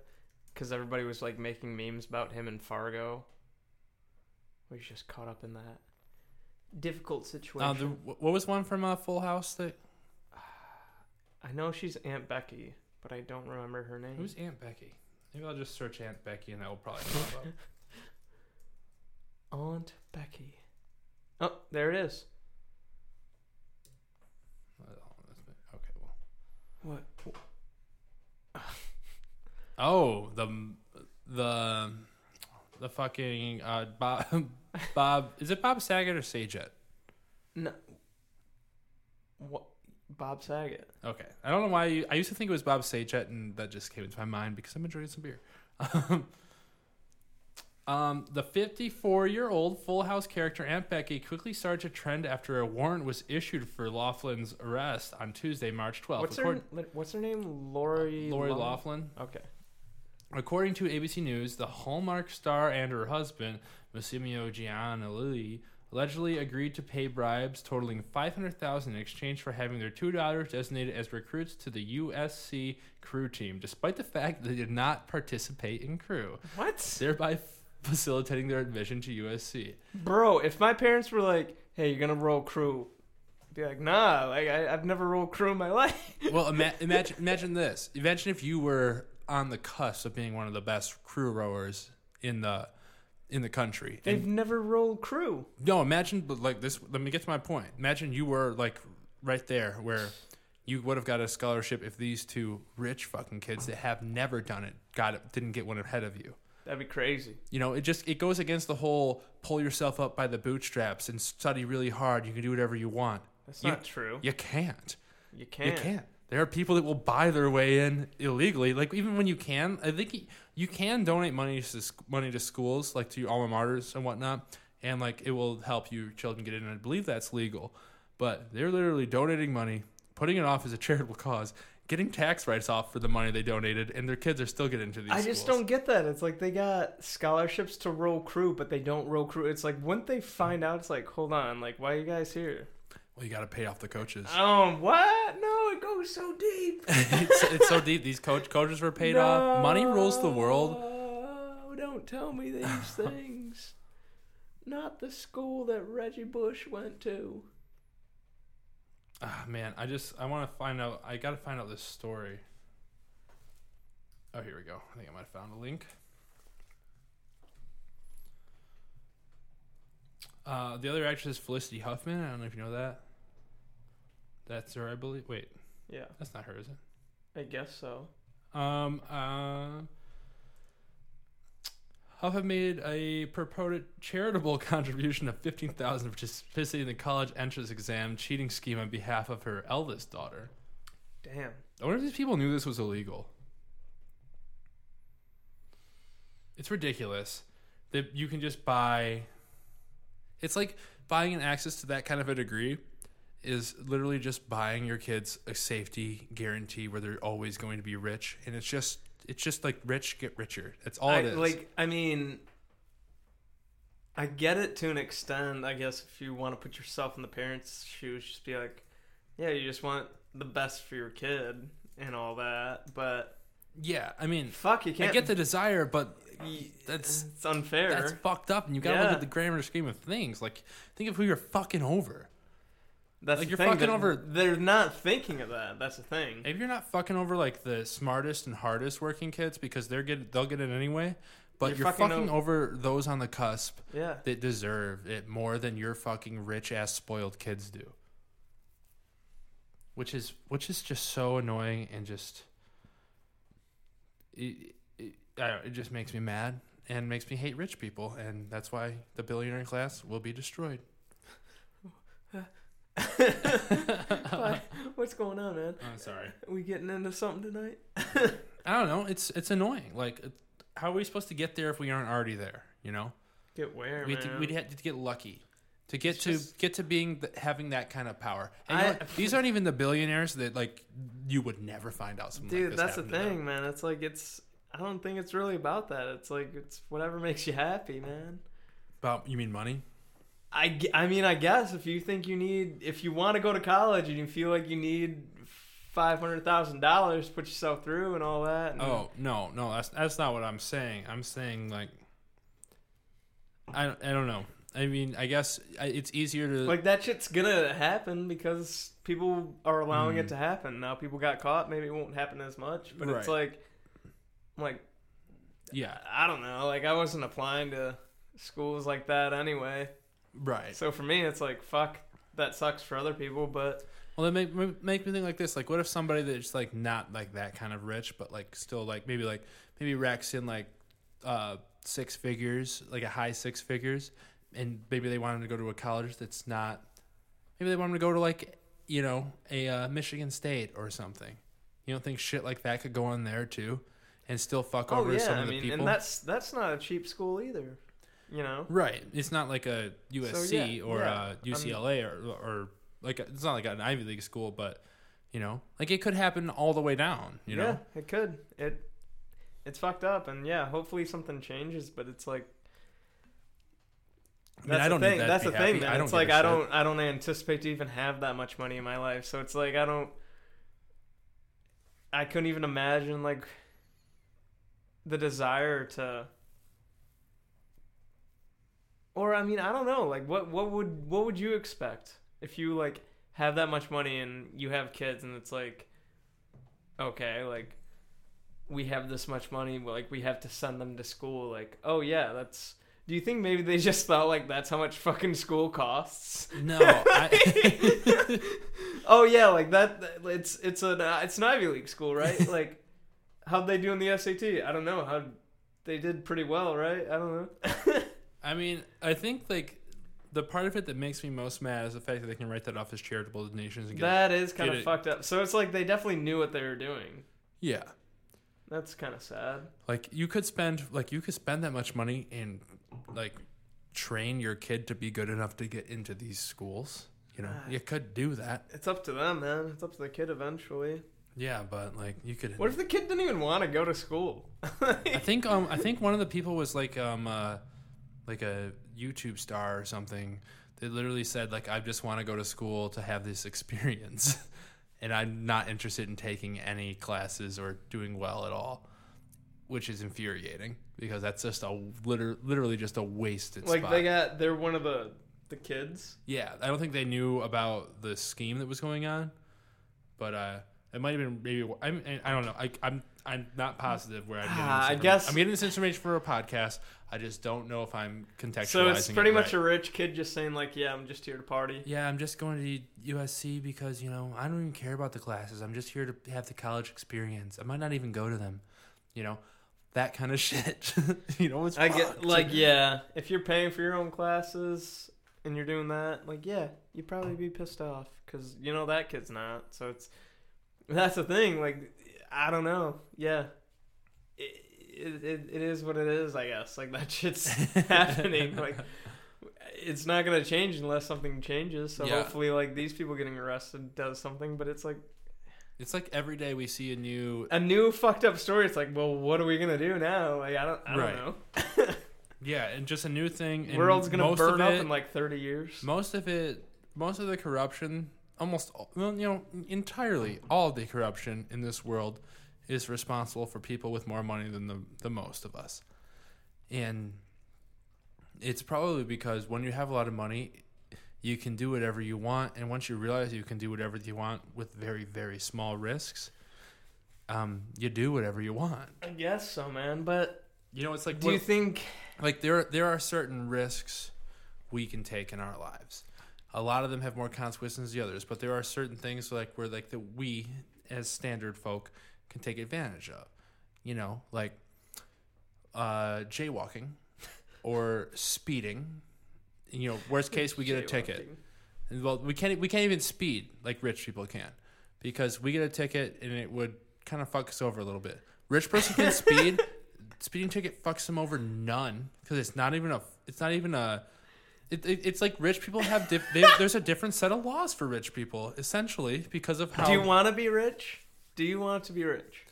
because everybody was like making memes about him in Fargo. We was just caught up in that difficult Uh, situation. the, wh- what was one from uh, Full House that I know she's Aunt Becky, but I don't remember her name. who's Aunt Becky? Maybe I'll just search Aunt Becky and that will probably pop up. *laughs* *laughs* Aunt Becky. Oh, there it is. Okay, well. What? Oh, the the the fucking uh, Bob *laughs* Bob is it Bob Saget or Saget? No. What? Bob Saget. Okay. I don't know why. You, I used to think it was Bob Sachet, and that just came into my mind because I'm enjoying some beer. *laughs* um, the 54 year old Full House character Aunt Becky quickly started to trend after a warrant was issued for Laughlin's arrest on Tuesday, March 12th. What's Accord- her li- What's her name? Lori. Uh, Lori Laughlin. Loughlin? Okay. According to ABC News, the Hallmark star and her husband, Massimo Gianelli, allegedly agreed to pay bribes totaling 500000 in exchange for having their two daughters designated as recruits to the USC crew team, despite the fact that they did not participate in crew, What? thereby f- facilitating their admission to USC. Bro, if my parents were like, "Hey, you're gonna roll crew," I'd be like, "Nah, like I, I've never rolled crew in my *laughs* life." Well, ima- imagine, imagine this. Imagine if you were on the cusp of being one of the best crew rowers in the in the country. and They've never rolled crew. No, imagine but like this. Let me get to my point. Imagine you were like right there where you would have got a scholarship if these two rich fucking kids that have never done it got it, didn't get one ahead of you. That'd be crazy. You know, it just it goes against the whole pull yourself up by the bootstraps and study really hard. You can do whatever you want. That's You- not true. You can't. You can't. You can't. There are people that will buy their way in illegally. Like even when you can, I think you, you can donate money to sc- money to schools, like to your alma maters and whatnot, and like it will help your children get in. I believe that's legal, but they're literally donating money, putting it off as a charitable cause, getting tax writes off for the money they donated, and their kids are still getting into these. I just schools. don't get that. It's like they got scholarships to roll crew, but they don't roll crew. It's like, wouldn't they find out? It's like, hold on, like, why are you guys here? Well, you got to pay off the coaches. Um, what? No, it goes so deep. *laughs* it's, it's so deep. These coach coaches were paid off. Money rules the world. No, don't tell *laughs* me these things. Not the school that Reggie Bush went to. Ah man, I just I want to find out. I gotta find out this story. Oh, here we go. I think I might have found a link. Uh, the other actress is Felicity Huffman. I don't know if you know that. That's her, I believe. Wait, Yeah, that's not her, is it? I guess so. Um, uh, Huffman made a purported charitable *laughs* contribution of fifteen thousand for participating in the college entrance exam cheating scheme on behalf of her eldest daughter. Damn. I wonder if these people knew this was illegal. It's ridiculous that you can just buy. It's like buying an access to that kind of a degree is literally just buying your kids a safety guarantee where they're always going to be rich, and it's just it's just like rich get richer. That's all I, it is. Like, I mean, I get it to an extent. I guess if you want to put yourself in the parents' shoes, just be like, yeah, you just want the best for your kid and all that. But yeah, I mean, fuck, you I can't. get the desire, but y- that's *laughs* It's unfair. that's fucked up, and you gotta Yeah. look at the grammar scheme of things. Like, think of who you're fucking over. That's like, the you're thing, fucking that over- They're not thinking of that. That's the thing. Maybe you're not fucking over like the smartest and hardest working kids because they're get they'll get it anyway. But you're, You're fucking, fucking over those on the cusp yeah. *laughs* that deserve it more than your fucking rich ass spoiled kids do. Which is which is just so annoying and just it, it, I don't, it just makes me mad and makes me hate rich people and that's why the billionaire class will be *laughs* destroyed. Why- What's going on, man? *laughs* I'm sorry. We getting into something tonight? I don't know. It's it's annoying. Like, it- how are we supposed to get there if we aren't already there? You know, Get where, we man? had to, we'd had to get lucky to get It's to just- get to being the, having that kind of power. And you know I- what? these aren't even the billionaires that like you would never find out. Something Dude, like this that's the happened to them. thing, man. It's like it's. I don't think it's really about that. It's like it's whatever makes you happy, man. About you mean money? I, g- I mean, I guess if you think you need, if you want to go to college and you feel like you need five hundred thousand dollars to put yourself through and all that. And Oh no, no, that's that's not what I'm saying. I'm saying like, I don't- I don't know. I mean, I guess I- it's easier to like that shit's gonna happen because people are allowing Mm. it to happen. Now people got caught, maybe it won't happen as much, but it's Right. like, I'm like yeah, I don't know. Like I wasn't applying to schools like that anyway. right. So for me, it's like fuck. That sucks for other people, but Well, that make ma- make me think like this. Like, what if somebody that's like not like that kind of rich, but like still like maybe like maybe racks in like uh six figures, like a high six figures, and maybe they wanted to go to a college that's not. Maybe they wanted to go to like you know, a uh, Michigan State or something. You don't think shit like that could go on there too, and still fuck Oh over yeah, some I of the mean, people? and that's that's not a cheap school either. You know, right. It's not like a USC yeah, or yeah. uh I'm- UCLA or or like it's not like an Ivy League school, but you know, like it could happen all the way down. You know, yeah, it could. It it's fucked up, and yeah, hopefully something changes. But it's like I that's mean, I don't the need thing. that to That's be the thing, happy. man. I don't it's give like a I shit. don't I don't anticipate to even have that much money in my life. So it's like I don't. I couldn't even imagine like the desire to. Or I mean, I don't know. Like, what what would what would you expect if you like have that much money and you have kids and it's like, okay, like we have this much money, well, like we have to send them to school. Like, oh yeah, that's. Do you think maybe they just thought like that's how much fucking school costs? No, I, *laughs* Oh yeah, like that. that- It's it's an uh, it's an Ivy League school, *laughs* right? like, how'd they do in the SAT? I don't know. How they did pretty well, right? I don't know. I mean, I think like the part of it that makes me most mad is the fact that they can write that off as charitable donations and get that is kind get of it. fucked up. So it's like they definitely knew what they were doing. yeah. That's kind of sad. Like you could spend like you could spend that much money and like train your kid to be good enough to get into these schools. You know, you could do that. It's up to them, man. It's up to the kid eventually. Yeah, but like you could. What if the kid didn't even want to go to school? I think um I *laughs* think one of the people was like um uh like a YouTube star or something. They literally said like I just want to go to school to have this experience, *laughs* and I'm not interested in taking any classes or doing well at all, which is infuriating because that's just a liter- literally just a wasted like spot. they got, they're one of the the kids. yeah, I don't think they knew about the scheme that was going on, but uh. It might have been maybe I'm, I don't know. I, I'm I'm not positive where I'm getting Ah, this I informa- guess- I'm getting this information for a podcast. I just don't know if I'm contextualizing. So it's it pretty right. much a rich kid just saying like, yeah, I'm just here to party. Yeah, I'm just going to the USC because, you know, I don't even care about the classes. I'm just here to have the college experience. I might not even go to them. You know, that kind of *laughs* shit. you know, it's I get fucked. like yeah, if you're paying for your own classes and you're doing that, like yeah, you'd probably be pissed off cuz you know that kid's not. So it's that's the thing, like I don't know. Yeah. It, it, it, it is what it is, I guess. Like *laughs* that shit's *laughs* happening. Like it's not going to change unless something changes. So Yeah. hopefully like these people getting arrested does something, but it's like It's like every day we see a new. a new fucked up story. It's like, well, what are we going to do now? Like I don't I Right. don't know. Yeah, and just a new thing. And world's gonna most of burn up it- in like 30 years. Most of it, most of the corruption, almost, all- well, you know, entirely all of the corruption in this world is responsible for people with more money than the, the most of us. And it's probably because when you have a lot of money, you can do whatever you want. And once you realize you can do whatever you want with very, very small risks, um, you do whatever you want. I guess so, man. But You know, it's like, do what- you think? like there there are certain risks we can take in our lives. A lot of them have more consequences than the others, but there are certain things like where like that we as standard folk can take advantage of. You know, like uh, jaywalking or speeding. You know, worst case we get a ticket. And, Well, we can't we can't even speed like rich people can because we get a ticket and it would kind of fuck us over a little bit. Rich person can speed. Speeding ticket fucks them over none because it's not even a it's not even a it, it- it's like rich people have diff, they, there's a different set of laws for rich people essentially because of how Do you want to be rich? Do you want to be rich?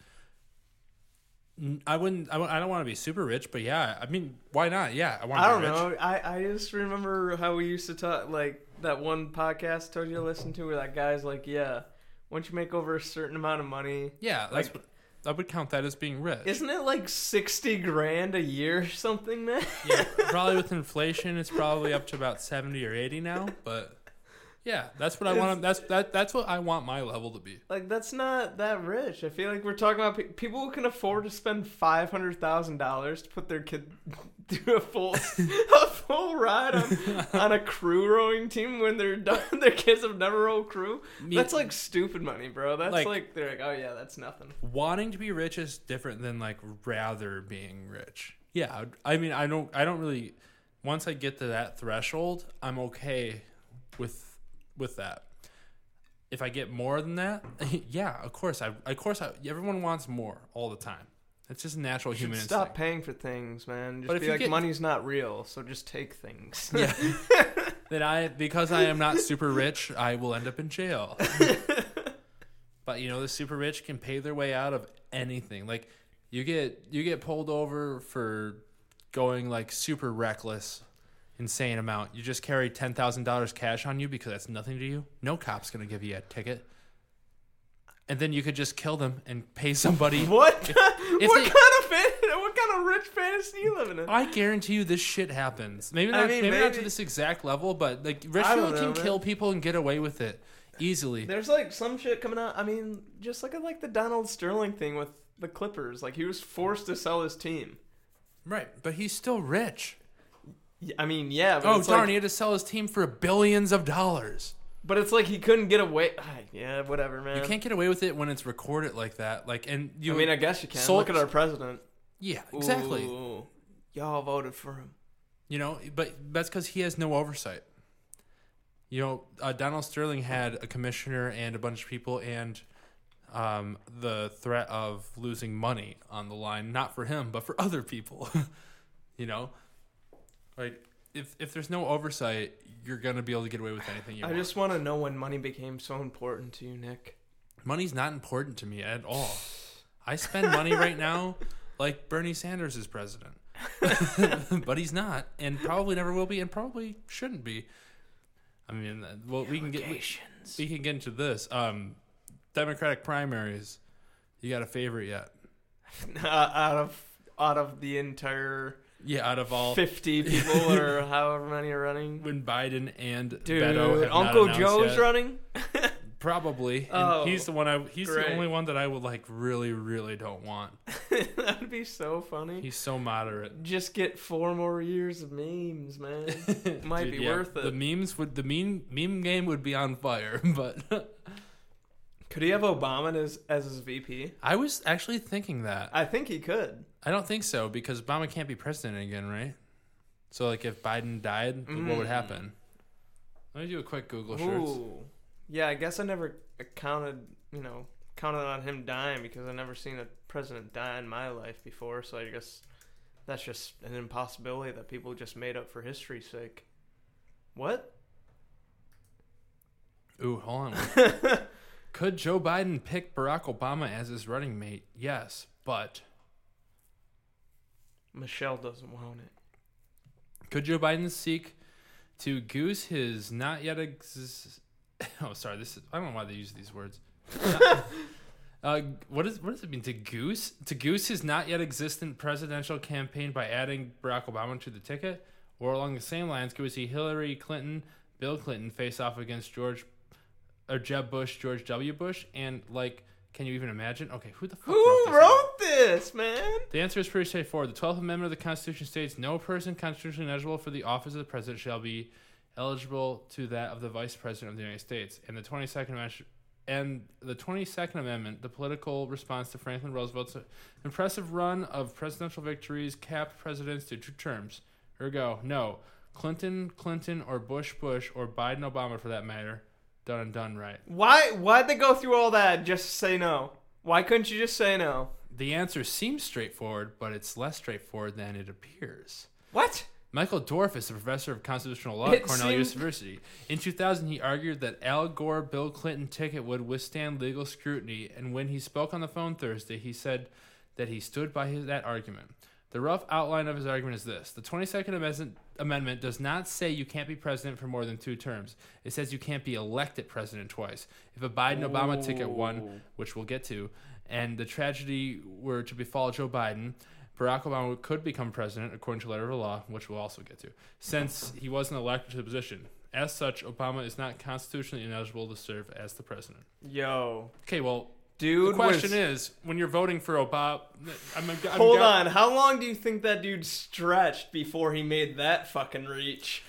I wouldn't I, w- I don't want to be super rich but yeah I mean why not yeah I want to I don't be rich. know. I, I just remember how we used to talk, like that one podcast I told you to listen to, where that guy's like, yeah, once you make over a certain amount of money, yeah that's Like- what, I would count that as being rich isn't it like 60 grand a year or something, man? yeah, probably with inflation, it's probably up to about seventy or eighty now. But yeah, that's what I want. That's that. That's what I want my level to be. Like that's not that rich. I feel like we're talking about pe- people who can afford to spend five hundred thousand dollars to put their kid *laughs* through a full a full ride on, on a crew rowing team when they're done. *laughs* Their kids have never rowed crew. that's like stupid money, bro. That's Like- like, they're like, oh yeah, that's nothing. Wanting to be rich is different than like rather being rich. Yeah, I'd- I mean, I don't. I don't really. Once I get to that threshold, I'm okay with with that. if I get more than that, *laughs* yeah, of course I of course I, everyone wants more all the time. It's just a natural You should human stop instinct. paying for things, man. Just But if be you like, get- money's not real, so just take things. Yeah. then I because I am not super rich, I will end up in jail. but you know, the super rich can pay their way out of anything. Like you get you get pulled over for going like super reckless, insane amount. You just carry ten thousand dollars cash on you because that's nothing to you. No cop's gonna give you a ticket. And then you could just kill them and pay somebody. *laughs* *laughs* What? what they- kind of fan- *laughs* What kind of rich fantasy you living in? I guarantee you this shit happens. Maybe I not, mean, maybe, not to maybe. this exact level, but like rich I people don't can know, man. kill people and get away with it easily. There's like some shit coming out. I mean, just look at like the Donald Sterling thing with the Clippers. Like he was forced to sell his team. Right, but he's still rich. Y- I mean, yeah, but Oh it's darn, like, he had to sell his team for billions of dollars. but it's like he couldn't get away. *sighs* Yeah, whatever, man. You can't get away with it when it's recorded like that. Like, and you. I mean, I guess you can. Sol- Look at our president. yeah, exactly. Ooh, y'all voted for him. You know, but that's because he has no oversight. You know, uh, Donald Sterling had a commissioner and a bunch of people, and um, the threat of losing money on the line, not for him, but for *laughs* other people. you know, like if if there's no oversight, you're gonna be able to get away with anything you I want. just want to know when money became so important to you, Nick. Money's not important to me at all. I spend money right now like Bernie Sanders is president. *laughs* but he's not, and probably never will be, and probably shouldn't be. I mean, uh, well, we can get we, we can get into this. Um, Democratic primaries. You got a favorite yet? *laughs* out of out of the entire Yeah, out of all *laughs* 50 people or however many are running. when Biden and Dude, Beto have not Uncle announced Joe's yet. running? *laughs* Probably, and Oh, he's the one. I he's great. the only one that I would like really, really don't want. That'd be so funny. He's so moderate. Just get four more years of *laughs* memes, man. Might Dude, be yeah, worth it. The memes would the meme meme game would be on fire, *laughs* but could he have Obama as as his VP? I was actually thinking that. I think he could. I don't think so because Obama can't be president again, right? So like if Biden died, th- what would happen? Let me do a quick Google search. Mm. Ooh. Yeah, I guess I never counted, you know, counted on him dying because I've never seen a president die in my life before, so I guess that's just an impossibility that people just made up for history's sake. What? Ooh, hold on. *laughs* Could Joe Biden pick Barack Obama as his running mate? Yes, but Michelle doesn't want it. could Joe Biden seek to goose his not yet ex- *laughs* Oh, sorry. This is I don't know why they use these words. Uh, what is what does it mean to goose to goose his not yet existent presidential campaign by adding Barack Obama to the ticket, or along the same lines, could we see Hillary Clinton, Bill Clinton face off against George, or Jeb Bush, George W. Bush, and like, can you even imagine? Okay, who the fuck Who this out? wrote this, man? The answer is pretty straightforward. The 12th Amendment of the Constitution states no person constitutionally eligible for the office of the president shall be eligible to that of the vice president of the United States. And the 22nd Amendment and the 22nd Amendment, the political response to Franklin Roosevelt's impressive run of presidential victories capped presidents to two terms. Ergo, no. Clinton, Clinton, or Bush, Bush, or Biden, Obama, for that matter, done and done right. Why why'd they go through all that just to say no? Why couldn't you just say no? The answer seems straightforward, but it's less straightforward than it appears. What? Michael Dorff is a professor of constitutional law It at Cornell seems- University. In 2000, he argued that Al Gore Bill Clinton ticket would withstand legal scrutiny, and when he spoke on the phone Thursday, he said that he stood by his, that argument. The rough outline of his argument is this The 22nd Amendment- Amendment does not say you can't be president for more than two terms, it says you can't be elected president twice. If a Biden Obama ticket won, Mm-hmm. which we'll get to, and the tragedy were to befall Joe Biden, Barack Obama could become president according to letter of law, which we'll also get to, since he wasn't elected to the position. As such, Obama is not constitutionally ineligible to serve as the president. Yo. Okay, well, Dude the question is was- when you're voting for Obama. I'm, I'm, I'm- Hold on, how long do you think that dude stretched before he made that fucking reach?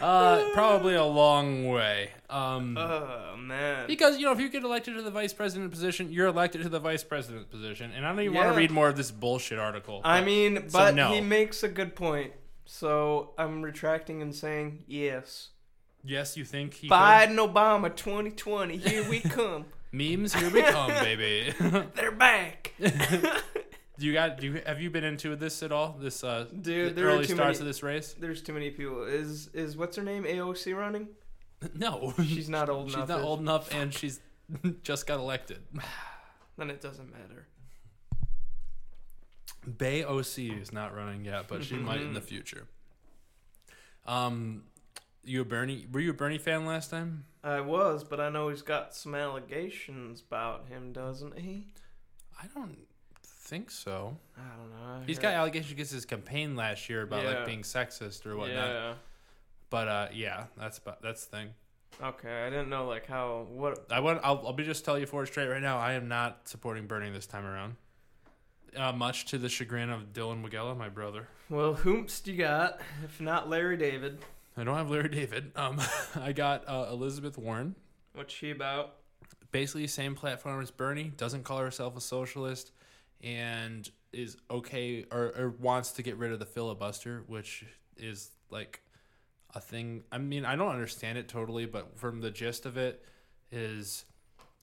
Uh, probably a long way. Um, Oh man. because, you know, if you get elected to the vice president position, you're elected to the vice president position. And I don't even want Yeah. to read more of this bullshit article. I but- mean, So but no. he makes a good point. So I'm retracting and saying yes. Yes, you think he could? Biden Obama 2020, *laughs* here we come. memes? Here we come, baby. *laughs* They're back. do you got? Do you have you been into this at all? This uh, Dude, the there are early too starts many- of this *laughs* race? There's too many people. Is is what's her name? AOC running? No, She's not *laughs* old she's enough. not is- old enough, and she's *laughs* just got elected. Then it doesn't matter. Bay OC is not running yet, but she might Mm-hmm. in the future. Um, you a Bernie? Were you a Bernie fan last time? I was, but I know he's got some allegations about him, doesn't he? I don't think so. I don't know. I He's heard- got allegations against his campaign last year about Yeah. like being sexist or whatnot. Yeah. But uh, yeah, that's about, that's the thing. Okay, I didn't know like how what. I want. I'll, I'll be just tell you for it straight right now. I am not supporting Bernie this time around. Uh, much to the chagrin of Dylan Wagella, my brother. Well, whomst you got? If not Larry David, I don't have Larry David. Um, *laughs* I got uh, Elizabeth Warren. what's she about? Basically, same platform as Bernie. Doesn't call herself a socialist, and is okay or, or wants to get rid of the filibuster, which is like a thing. I mean, I don't understand it totally, but from the gist of it, is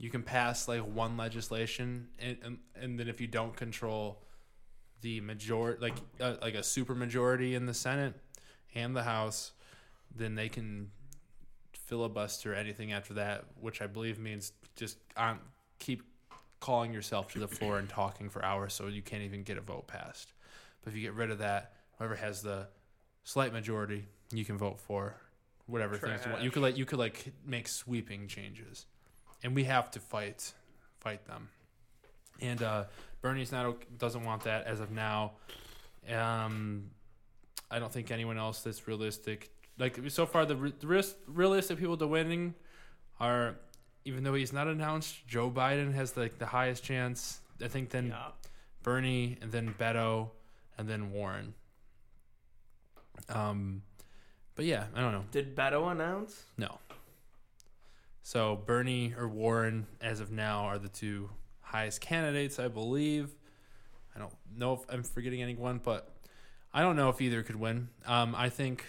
you can pass like one legislation, and and, and then if you don't control the majority, like uh, like a super majority in the Senate and the House, then they can filibuster anything after that, which I believe means just um, keep calling yourself to the floor and talking for hours so you can't even get a vote passed. But if you get rid of that, whoever has the slight majority, you can vote for whatever things you want. You could like you could like make sweeping changes, and we have to fight fight them. And uh, Bernie's not o- doesn't want that as of now. Um, I don't think anyone else that's realistic. Like so far, the, re- the risk, realistic people to winning are, even though he's not announced, Joe Biden has like the highest chance. I think then Yeah. Bernie and then Beto and then Warren. Um, but yeah, I don't know. Did Beto announce? No. So Bernie or Warren, as of now, are the two highest candidates, I believe. I don't know if I'm forgetting anyone, but I don't know if either could win. Um, I think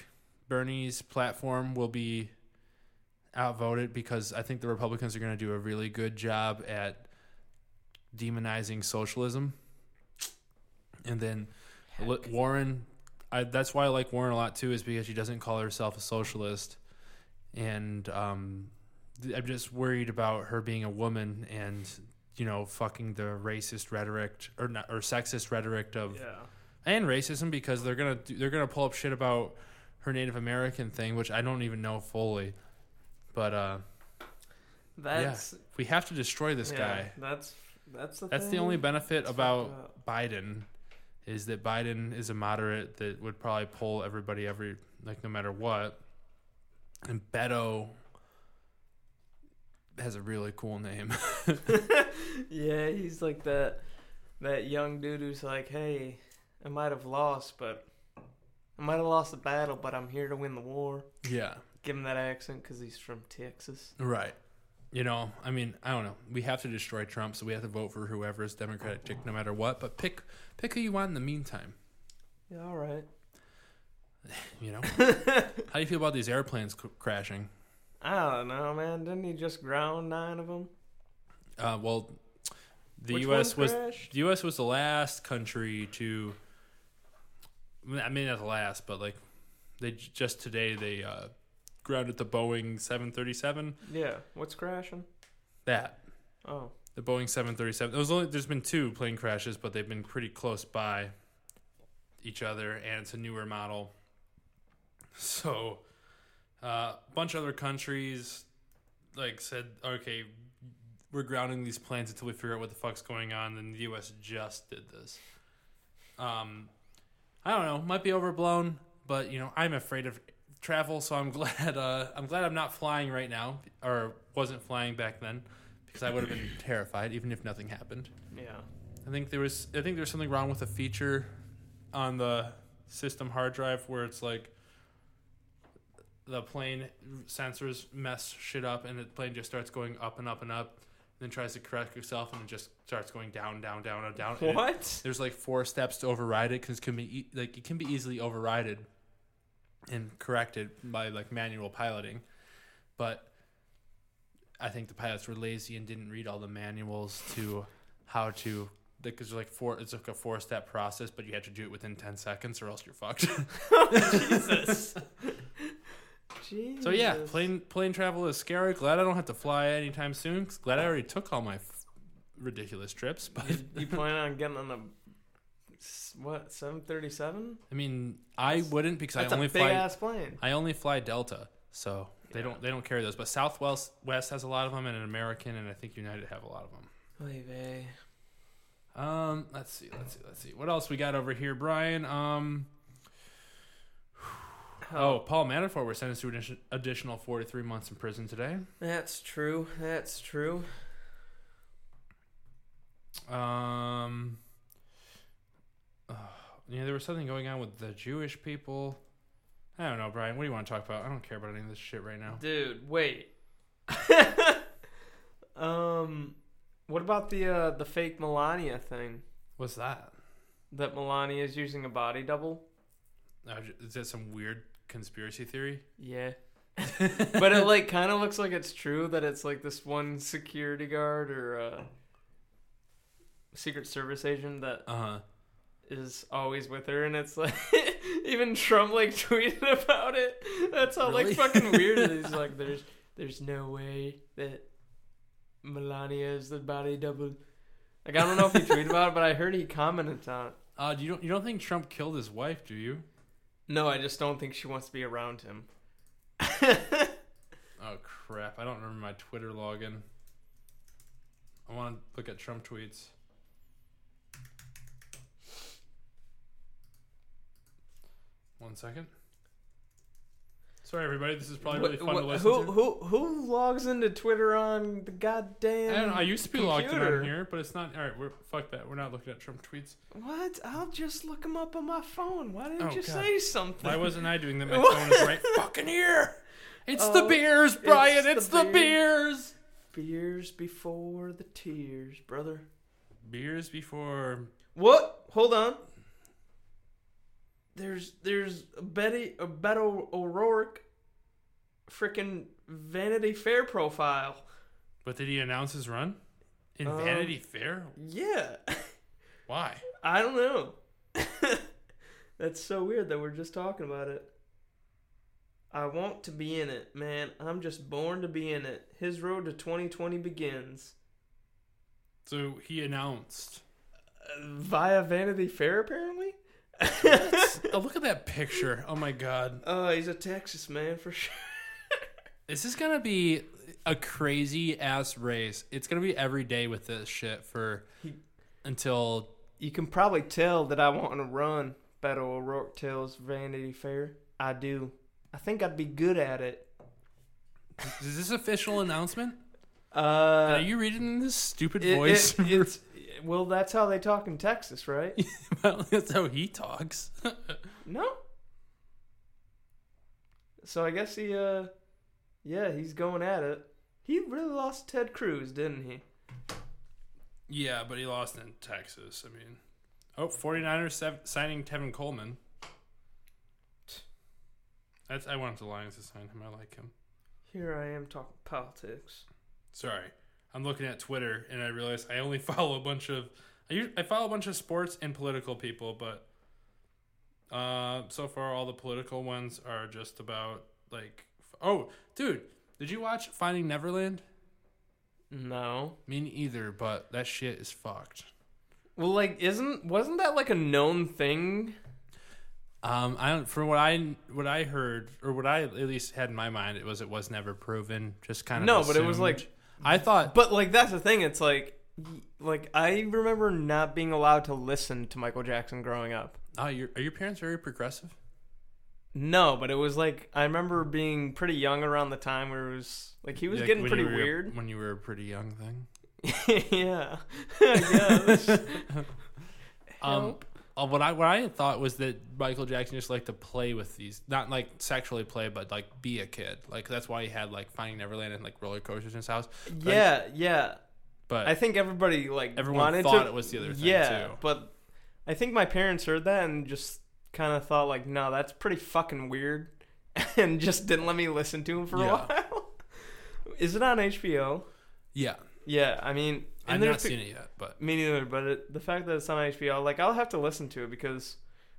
Bernie's platform will be outvoted because I think the Republicans are going to do a really good job at demonizing socialism. And then Li- Warren, I, that's why I like Warren a lot too, is because she doesn't call herself a socialist and um, th- I'm just worried about her being a woman and you know fucking the racist rhetoric or not, or sexist rhetoric of Yeah. and racism because they're gonna do, they're gonna pull up shit about her Native American thing, which I don't even know fully. But uh, That's we have to destroy this yeah, guy. That's that's the. That's the thing. only benefit It's about fucked Biden is that Biden is a moderate that would probably pull everybody every like no matter what. And Beto has a really cool name. *laughs* *laughs* Yeah, he's like that that young dude who's like, "Hey, I might have lost, but I might have lost the battle, but I'm here to win the war." yeah. Give him that accent because he's from Texas. Right. You know, I mean, I don't know. We have to destroy Trump, so we have to vote for whoever is Democratic Oh. tick no matter what, but pick pick who you want in the meantime, Yeah, all right. you *laughs* know. How do you feel about these airplanes c- crashing? I don't know, man. Didn't he just ground nine of them? Uh, well, the Which U.S. one was crashed? the U.S. was the last country to. I mean, not the last, but like, they j- just today they uh, grounded the Boeing 737. Yeah. What's crashing? That Oh, the Boeing 737. There's only there's been two plane crashes, but they've been pretty close by each other, and it's a newer model. So, uh, a bunch of other countries like said, okay, we're grounding these planes until we figure out what the fuck's going on. Then the U.S. just did this. Um, I don't know, might be overblown, but you know, I'm afraid of travel, so I'm *laughs* glad uh, I'm glad I'm not flying right now, or wasn't flying back then, because I would have been terrified, even if nothing happened. yeah. I think there was I think there's something wrong with a feature on the system hard drive where it's like the plane sensors mess shit up and the plane just starts going up and up and up and then tries to correct itself and it just starts going down down down and down and it- *laughs* What? there's like four steps to override it because it can be e- like it can be easily overrided and corrected by like manual piloting But I think the pilots were lazy and didn't read all the manuals to how to because like four it's like a four step process, but you had to do it within ten seconds or else you're fucked. *laughs* Jesus. Jesus. so yeah, plane plane travel is scary. Glad I don't have to fly anytime soon. 'cause Glad I already took all my f- ridiculous trips. But You, *laughs* you plan on getting on the s- what seven thirty seven? I mean, I wouldn't because I That's a only big fly. ass plane. I only fly Delta, so they Yeah. don't they don't carry those. But Southwest West has a lot of them, and an American, and I think United have a lot of them. Oy vey. Um, let's see, let's see, let's see. What else we got over here, Brian? Um, *sighs* oh, Paul Manafort was sentenced to an addition- additional four to three months in prison today. That's true. That's true. Um, *sighs* uh, yeah, there was something going on with the Jewish people. I don't know, Brian. What do you want to talk about? I don't care about any of this shit right now. Dude, wait. *laughs* um, what about the uh, the fake Melania thing? What's that? That Melania is using a body double. Uh, j- Is that some weird conspiracy theory? Yeah. but it like kind of looks like it's true that it's like this one security guard or uh, secret service agent that Uh huh. is always with her, and it's like *laughs* even Trump like *laughs* tweeted about it. That's how Really? like fucking weird it is. Like there's there's no way that Melania is the body double. Like I don't know if he tweeted about it, but I heard he commented on it. Uh, you don't you don't think Trump killed his wife, do you? No, I just don't think she wants to be around him. Oh crap! I don't remember my Twitter login. I want to look at Trump tweets. One second. Sorry, everybody. This is probably really What- fun what- to listen who, to. who who logs into Twitter on the goddamn? I don't know. I used to be logged in computer? on here, but it's not. All right, we're fuck that. We're not looking at Trump *laughs* tweets. What? I'll just look him up on my phone. Why didn't Oh, you God. say something? Why wasn't I doing that? *laughs* My phone is right fucking here. It's the Oh, Bears, Brian. It's, the the Bears. Bears. Fears before the tears, brother. Beers before What? Hold on. There's there's a Betty a Beto O'Rourke freaking Vanity Fair profile. But did he announce his run in Um, Vanity Fair? Yeah. *laughs* Why? I don't know. *laughs* That's so weird that we're just talking about it. I want to be in it, man. I'm just born to be in it. His road to 2020 begins. So he *laughs* announced. Uh, via Vanity Fair, apparently? *laughs* oh, look at that picture. Oh my God. Oh, he's a Texas man for sure. This is going to be a crazy ass race. It's going to be every day with this shit for until. You can probably tell that I want to run Battle O'Rourke Tales Vanity Fair. I do. I think I'd be good at it. Is this official announcement? Uh, Are you reading in this stupid it- voice? it- it's, well, that's how they talk in Texas, right? Well, *laughs* That's how he talks. no. So I guess he, uh, yeah, he's going at it. He really lost Ted Cruz, didn't he? yeah, but he lost in Texas. I mean, oh, 49ers sev- signing Tevin Coleman. That's I want the Lions to sign him. I like him. Here I am talking politics. Sorry, I'm looking at Twitter and I realize I only *laughs* follow a bunch of I, us- I follow a bunch of sports and political people, but uh, so far all the political ones are just about like f- oh, dude, did you watch Finding Neverland? No. Me neither, but that shit is fucked. Well, like, isn't wasn't that like a known thing? Um, I don't. From what I what I heard, or what I at least had in my mind, it was it was never proven. Just kind of No, but it was assumed. like- I thought. But like that's the thing. It's like, y- like I remember not being allowed to listen to Michael Jackson growing up. Oh, your, are your parents very progressive? No, but it was like I remember being pretty young around the time where it was like he was Like, getting when you pretty were- *laughs* weird. *laughs* when you were a pretty young thing. yeah, I *laughs* guess. Um, uh, what I what I had thought was that Michael Jackson just liked to play with these, not like sexually play, but like be a kid. Like that's why he had like Finding Neverland and like roller coasters in his house. But- yeah, yeah. but I think everybody like Everyone wanted thought to- it was the other thing, yeah, too. but I think my parents heard that and just kind of *laughs* thought like, no, that's pretty fucking weird, and just didn't let me listen to him for Yeah. a while. *laughs* Is it on HBO? Yeah, Yeah, I mean, and I've there's not pe- seen it yet, but Me neither, but it, the fact that it's on HBO, like I'll have to listen to it because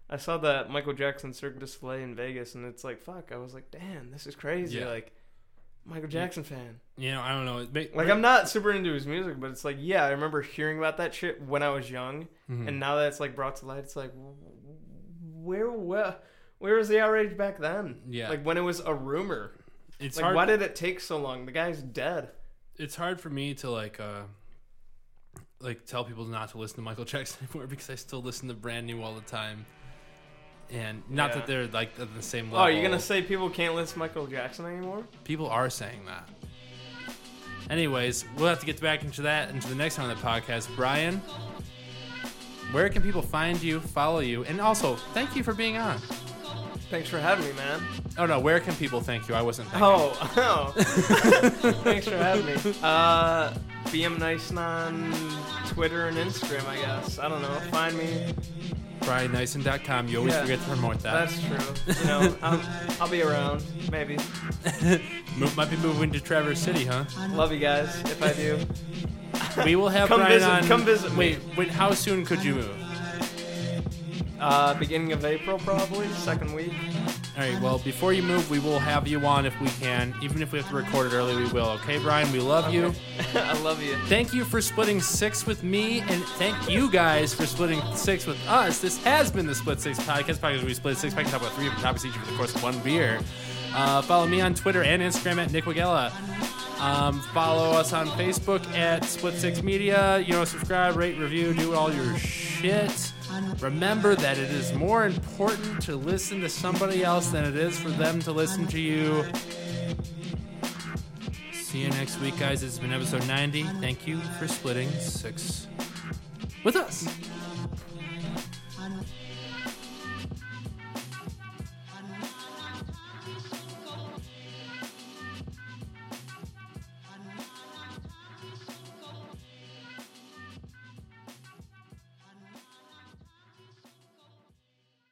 I saw that Michael Jackson Cirque du Soleil in Vegas, and it's like fuck. I was like, damn, this is crazy. Yeah. Like Michael Jackson fan. you know, I don't know. It may- Like I'm not super into his music, but it's like yeah, I remember hearing about that shit when I was young, Mhm. and now that it's like brought to light, it's like w- where where where was the outrage back then? Yeah. like when it was a rumor. it's like hard. why did it take so long? The guy's dead. it's hard for me to like uh like tell people not to listen to Michael *laughs* Jackson anymore because I still listen to brand new all the time. And not Yeah. that they're like at the same level. Oh, you're gonna say people can't listen to Michael Jackson anymore? people are saying that. Anyways, we'll have to get back into that into the next time on the podcast. Brian, where can people find you, follow you, and also thank you for being on. Thanks for having *laughs* me, man. Oh no, where can people thank you? I wasn't. Thanking. Oh, oh. thanks for having me. Uh, BM Nice on Twitter and Instagram, I guess. I don't know. Find me. BrianNyson.com. You always Yeah. forget to promote that. That's true. You know, I'm, I'll be around. Maybe. *laughs* Mo- might be moving to Traverse City, huh? Love you guys if I do. We will have Come Brian visit- on. come visit me. Wait, wait. How soon could you move? Uh, beginning of April, probably. Second week. *laughs* All right. Well, before you move, we will have you on if we can. Even if we have to record it early, we will. Okay, Brian. We love you. I love you. Thank you for splitting six with me, and thank you guys for splitting six with us. This has been the Split Six Podcast, podcast where we split six packs, talk about three different topics each over the course of one beer. Uh, follow me on Twitter and Instagram at Nick Wagella. Um, follow us on Facebook at Split Six Media. You know, subscribe, rate, review, do all your shit. Remember that it is more important to listen to somebody else than it is for them to listen to you. See you next week, guys. It's been episode 90. Thank you for splitting six with us.